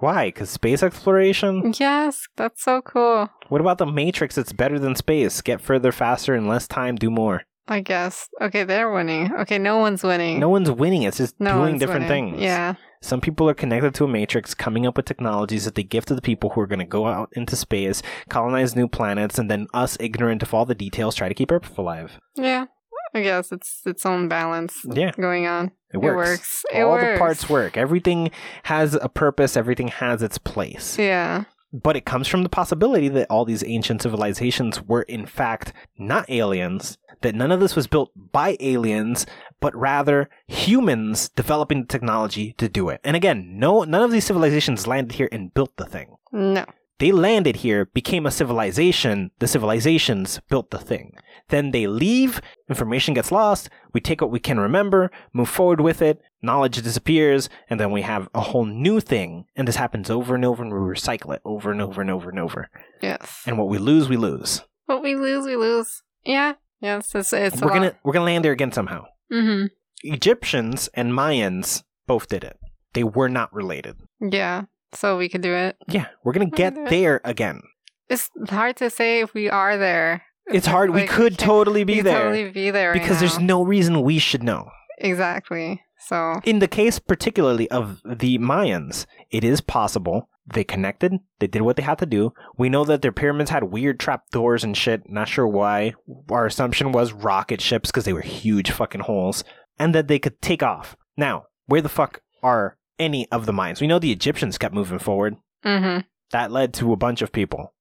Speaker 2: Why? Because space exploration?
Speaker 3: yes, that's so cool.
Speaker 2: What about the Matrix? It's better than space. Get further faster in less time, do more.
Speaker 3: I guess. Okay, they're winning. Okay, no one's winning.
Speaker 2: No one's winning. It's just
Speaker 3: no
Speaker 2: doing
Speaker 3: one's
Speaker 2: different
Speaker 3: winning.
Speaker 2: things.
Speaker 3: Yeah.
Speaker 2: Some people are connected to a Matrix, coming up with technologies that they give to the people who are going to go out into space, colonize new planets, and then us, ignorant of all the details, try to keep Earth alive.
Speaker 3: Yeah, I guess it's its own balance
Speaker 2: Yeah,
Speaker 3: going on.
Speaker 2: it works.
Speaker 3: It works. It
Speaker 2: All
Speaker 3: works.
Speaker 2: the parts work. Everything has a purpose. Everything has its place.
Speaker 3: Yeah,
Speaker 2: But it comes from the possibility that all these ancient civilizations were, in fact, not aliens, that none of this was built by aliens, but rather humans developing the technology to do it. And again, no, none of these civilizations landed here and built the thing.
Speaker 3: No.
Speaker 2: They landed here, became a civilization, the civilizations built the thing. Then they leave, information gets lost, we take what we can remember, move forward with it, knowledge disappears, and then we have a whole new thing. And this happens over and over, and we recycle it over and over and over and over.
Speaker 3: Yes.
Speaker 2: And what we lose, we lose.
Speaker 3: What we lose, we lose. Yeah. Yes. It's, it's
Speaker 2: we're
Speaker 3: a
Speaker 2: gonna we're gonna land there again somehow.
Speaker 3: hmm
Speaker 2: Egyptians and Mayans both did it. They were not related.
Speaker 3: Yeah. So we could do it.
Speaker 2: Yeah, we're gonna
Speaker 3: We're
Speaker 2: get
Speaker 3: gonna do it.
Speaker 2: there again.
Speaker 3: It's hard to say if we are there.
Speaker 2: It's hard. We
Speaker 3: Like,
Speaker 2: could
Speaker 3: can't-
Speaker 2: totally
Speaker 3: we
Speaker 2: be
Speaker 3: could
Speaker 2: there
Speaker 3: Totally be there.
Speaker 2: because there's no reason we should know.
Speaker 3: exactly. So
Speaker 2: In the case particularly of the Mayans, it is possible they connected, they did what they had to do. We know that their pyramids had weird trap doors and shit, not sure why. Our assumption was rocket ships because they were huge fucking holes and that they could take off. Now, where the fuck are any of the Mayans? We know the Egyptians kept moving forward.
Speaker 3: mhm.
Speaker 2: That led to a bunch of people.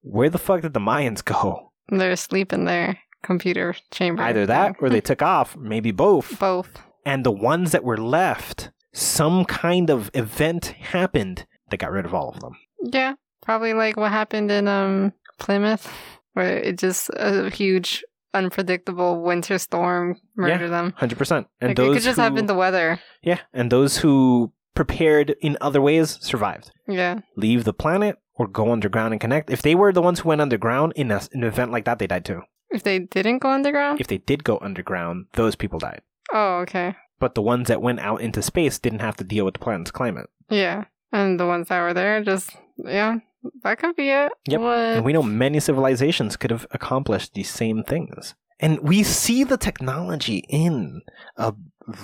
Speaker 2: Where the fuck did the Mayans go?
Speaker 3: they're asleep in their computer chamber.
Speaker 2: Either that or they took off, maybe both.
Speaker 3: both.
Speaker 2: and the ones that were left, some kind of event happened that got rid of all of them.
Speaker 3: Yeah, probably like what happened in um Plymouth, where it just a huge unpredictable winter storm murdered them.
Speaker 2: Hundred percent. And
Speaker 3: Like, it
Speaker 2: those
Speaker 3: could just
Speaker 2: who,
Speaker 3: have been the weather.
Speaker 2: yeah, and those who prepared in other ways survived.
Speaker 3: Yeah,
Speaker 2: Leave the planet or go underground and connect. If they were the ones who went underground in a, an event like that, they died too.
Speaker 3: if they didn't go underground.
Speaker 2: If they did go underground, those people died.
Speaker 3: oh, okay.
Speaker 2: But the ones that went out into space didn't have to deal with the planet's climate.
Speaker 3: Yeah, and the ones that were there, just yeah, that could be it.
Speaker 2: Yep.
Speaker 3: What?
Speaker 2: And we know many civilizations could have accomplished these same things. And we see the technology in uh,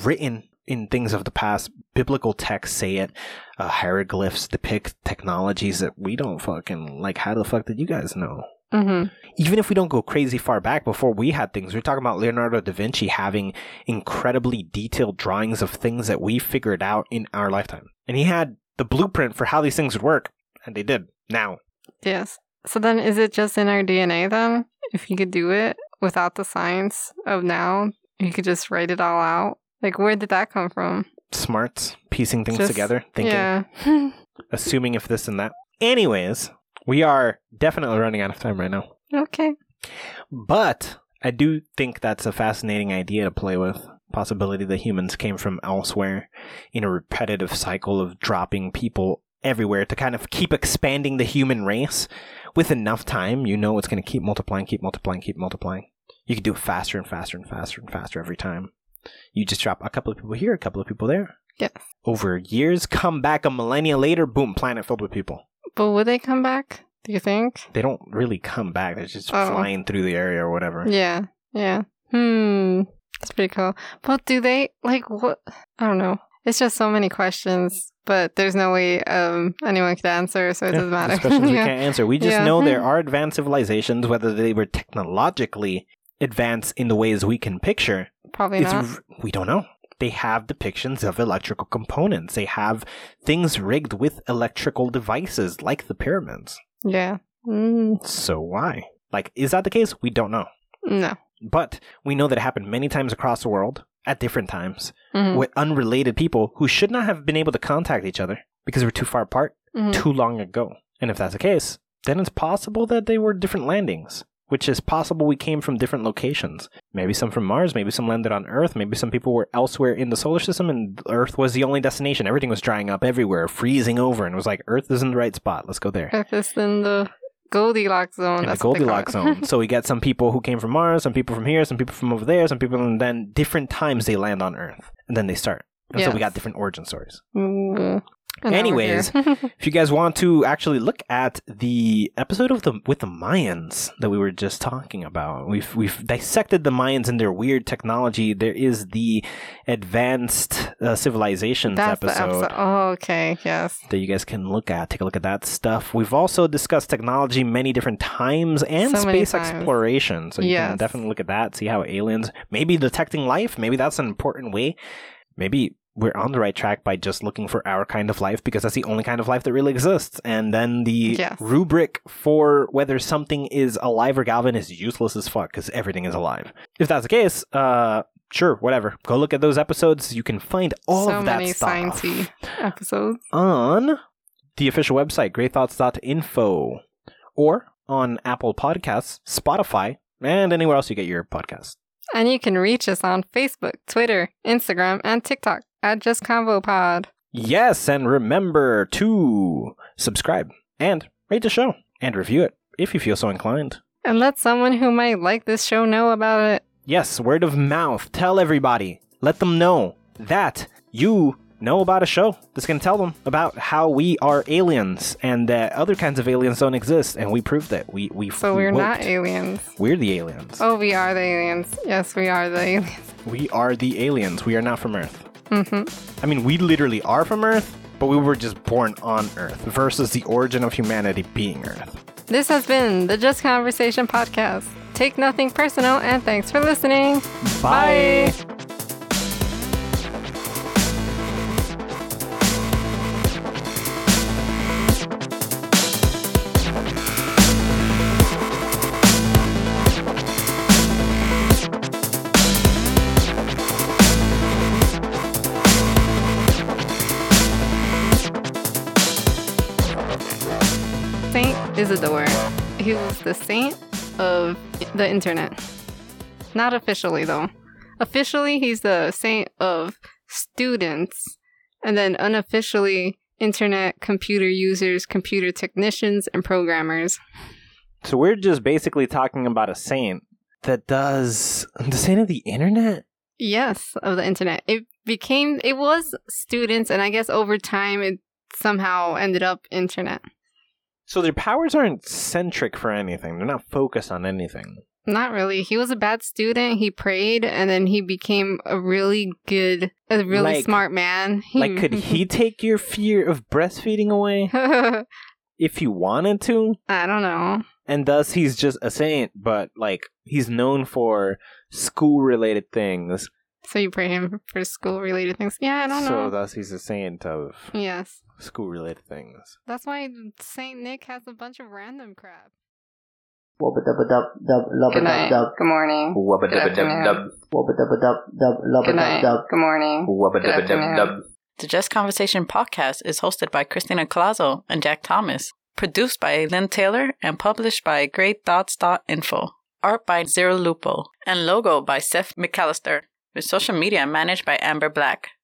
Speaker 2: written in things of the past. Biblical texts say it. Uh, hieroglyphs depict technologies that we don't fucking like. How the fuck did you guys know?
Speaker 3: Mhm.
Speaker 2: Even if we don't go crazy far back before we had things, we're talking about Leonardo da Vinci having incredibly detailed drawings of things that we figured out in our lifetime. And he had the blueprint for how these things would work, and they did now.
Speaker 3: Yes. So then, is it just in our DNA then? If you could do it without the science of now, you could just write it all out. Like, where did that come from?
Speaker 2: smarts, piecing things
Speaker 3: Just-
Speaker 2: together, thinking,
Speaker 3: Yeah.
Speaker 2: assuming if this and that. Anyways, we are definitely running out of time right now.
Speaker 3: okay.
Speaker 2: But I do think that's a fascinating idea to play with. Possibility that humans came from elsewhere in a repetitive cycle of dropping people everywhere to kind of keep expanding the human race with enough time, you know it's going to keep multiplying, keep multiplying, keep multiplying. You can do it faster and faster and faster and faster every time. You just drop a couple of people here, a couple of people there.
Speaker 3: Yes.
Speaker 2: Over years, come back a millennia later, boom, planet filled with people.
Speaker 3: But would they come back? Do you think?
Speaker 2: They don't really come back, they're just
Speaker 3: Oh.
Speaker 2: flying through the area or whatever.
Speaker 3: Yeah. Yeah. Hmm. That's pretty cool. But do they like what? I don't know. It's just so many questions, but there's no way um anyone could answer, so it
Speaker 2: Yeah,
Speaker 3: doesn't
Speaker 2: these
Speaker 3: matter.
Speaker 2: questions we
Speaker 3: Yeah.
Speaker 2: can't answer. We just
Speaker 3: Yeah.
Speaker 2: know there are advanced civilizations, whether they were technologically advanced in the ways we can picture.
Speaker 3: Probably
Speaker 2: it's-
Speaker 3: not.
Speaker 2: we don't know. They have depictions of electrical components. They have things rigged with electrical devices, like the pyramids.
Speaker 3: Yeah. Mm,
Speaker 2: So why? Like, is that the case? We don't know.
Speaker 3: no.
Speaker 2: But we know that it happened many times across the world at different times
Speaker 3: Mhm.
Speaker 2: with unrelated people who should not have been able to contact each other because they were too far apart
Speaker 3: Mhm.
Speaker 2: too long ago. And if that's the case, then it's possible that they were different landings, which is possible we came from different locations. Maybe some from Mars, maybe some landed on Earth, maybe some people were elsewhere in the solar system and Earth was the only destination. Everything was drying up everywhere, freezing over, and it was like, Earth isn't the right spot. Let's go there.
Speaker 3: If it's in the Goldilocks zone.
Speaker 2: In the
Speaker 3: Oh, that's what they call
Speaker 2: Goldilocks
Speaker 3: it.
Speaker 2: zone. So we get some people who came from Mars, some people from here, some people from over there, some people, and then different times they land on Earth. And then they start. And so we
Speaker 3: Yes.
Speaker 2: got different origin stories.
Speaker 3: Mm. And now we're here.
Speaker 2: Anyways, if you guys want to actually look at the episode of the with the Mayans that we were just talking about, we've we've dissected the Mayans and their weird technology. There is the advanced uh, civilizations
Speaker 3: that's the
Speaker 2: episode
Speaker 3: episode. Oh, okay. Yes.
Speaker 2: that you guys can look at. Take a look at that stuff. We've also discussed technology many different times and
Speaker 3: So many
Speaker 2: space
Speaker 3: times.
Speaker 2: exploration. So you can
Speaker 3: Yes.
Speaker 2: definitely look at that, see how aliens maybe detecting life, maybe that's an important way. Maybe we're on the right track by just looking for our kind of life because that's the only kind of life that really exists. And then the
Speaker 3: Yes.
Speaker 2: rubric for whether something is alive or Galvin is useless as fuck because everything is alive. If that's the case, uh, sure, whatever. Go look at those episodes. You can find all
Speaker 3: so
Speaker 2: of that
Speaker 3: many
Speaker 2: stuff
Speaker 3: sciencey episodes.
Speaker 2: on the official website, greythoughts.info, or on Apple Podcasts, Spotify, and anywhere else you get your podcasts.
Speaker 3: And you can reach us on Facebook, Twitter, Instagram, and TikTok at Just Convo Pod.
Speaker 2: Yes, and remember to subscribe and rate the show and review it if you feel so inclined.
Speaker 3: And let someone who might like this show know about it.
Speaker 2: Yes, word of mouth. Tell everybody. Let them know that you know about a show that's going to tell them about how we are aliens and that other kinds of aliens don't exist. And we proved that. We, we
Speaker 3: So we're not
Speaker 2: whooped.
Speaker 3: aliens.
Speaker 2: We're the aliens.
Speaker 3: Oh, we are the aliens. Yes, we are the aliens.
Speaker 2: We are the aliens. We are not from Earth.
Speaker 3: Mm-hmm.
Speaker 2: I mean, we literally are from Earth, but we were just born on Earth versus the origin of humanity being Earth.
Speaker 3: This has been the Just Conversation podcast. Take nothing personal, and thanks for listening. Bye. Saint Isidore. He was the saint of the internet. Not officially, though. Officially, he's the saint of students, and then unofficially, internet computer users, computer technicians, and programmers.
Speaker 2: So we're just basically talking about a saint that does the saint of the internet.
Speaker 3: Yes, of the internet. It became, it was students, and I guess over time, it somehow ended up internet.
Speaker 2: So their powers aren't centric for anything. They're not focused on anything.
Speaker 3: Not really. He was a bad student. He prayed, and then he became a really good, a really
Speaker 2: Like-
Speaker 3: smart man. He,
Speaker 2: Like, could he take your fear of breastfeeding away
Speaker 3: I
Speaker 2: if he wanted to?
Speaker 3: don't know.
Speaker 2: And thus, he's just a saint, but like he's known for school-related things.
Speaker 3: So you pray him for school-related things? Yeah, I don't
Speaker 2: so
Speaker 3: know.
Speaker 2: thus, he's a saint of
Speaker 3: yes,
Speaker 2: school-related things.
Speaker 3: that's why Saint Nick has a bunch of random crap.
Speaker 4: Wubba dubba dub dub lubba dub dub.
Speaker 3: Good morning.
Speaker 5: Wubba
Speaker 3: Good
Speaker 5: dubba dub dub.
Speaker 3: afternoon.
Speaker 4: Wubba dubba dub dub lubba dub dub.
Speaker 3: Good morning.
Speaker 5: Wubba
Speaker 3: Good
Speaker 5: dubba dub
Speaker 3: afternoon.
Speaker 5: dub.
Speaker 1: The Just Conversation podcast is hosted by Christina Colazo and Jack Thomas, produced by Lynn Taylor, and published by GreatThoughts.info. Art by Zero Lupo, and logo by Seth McAllister, with social media managed by Amber Black.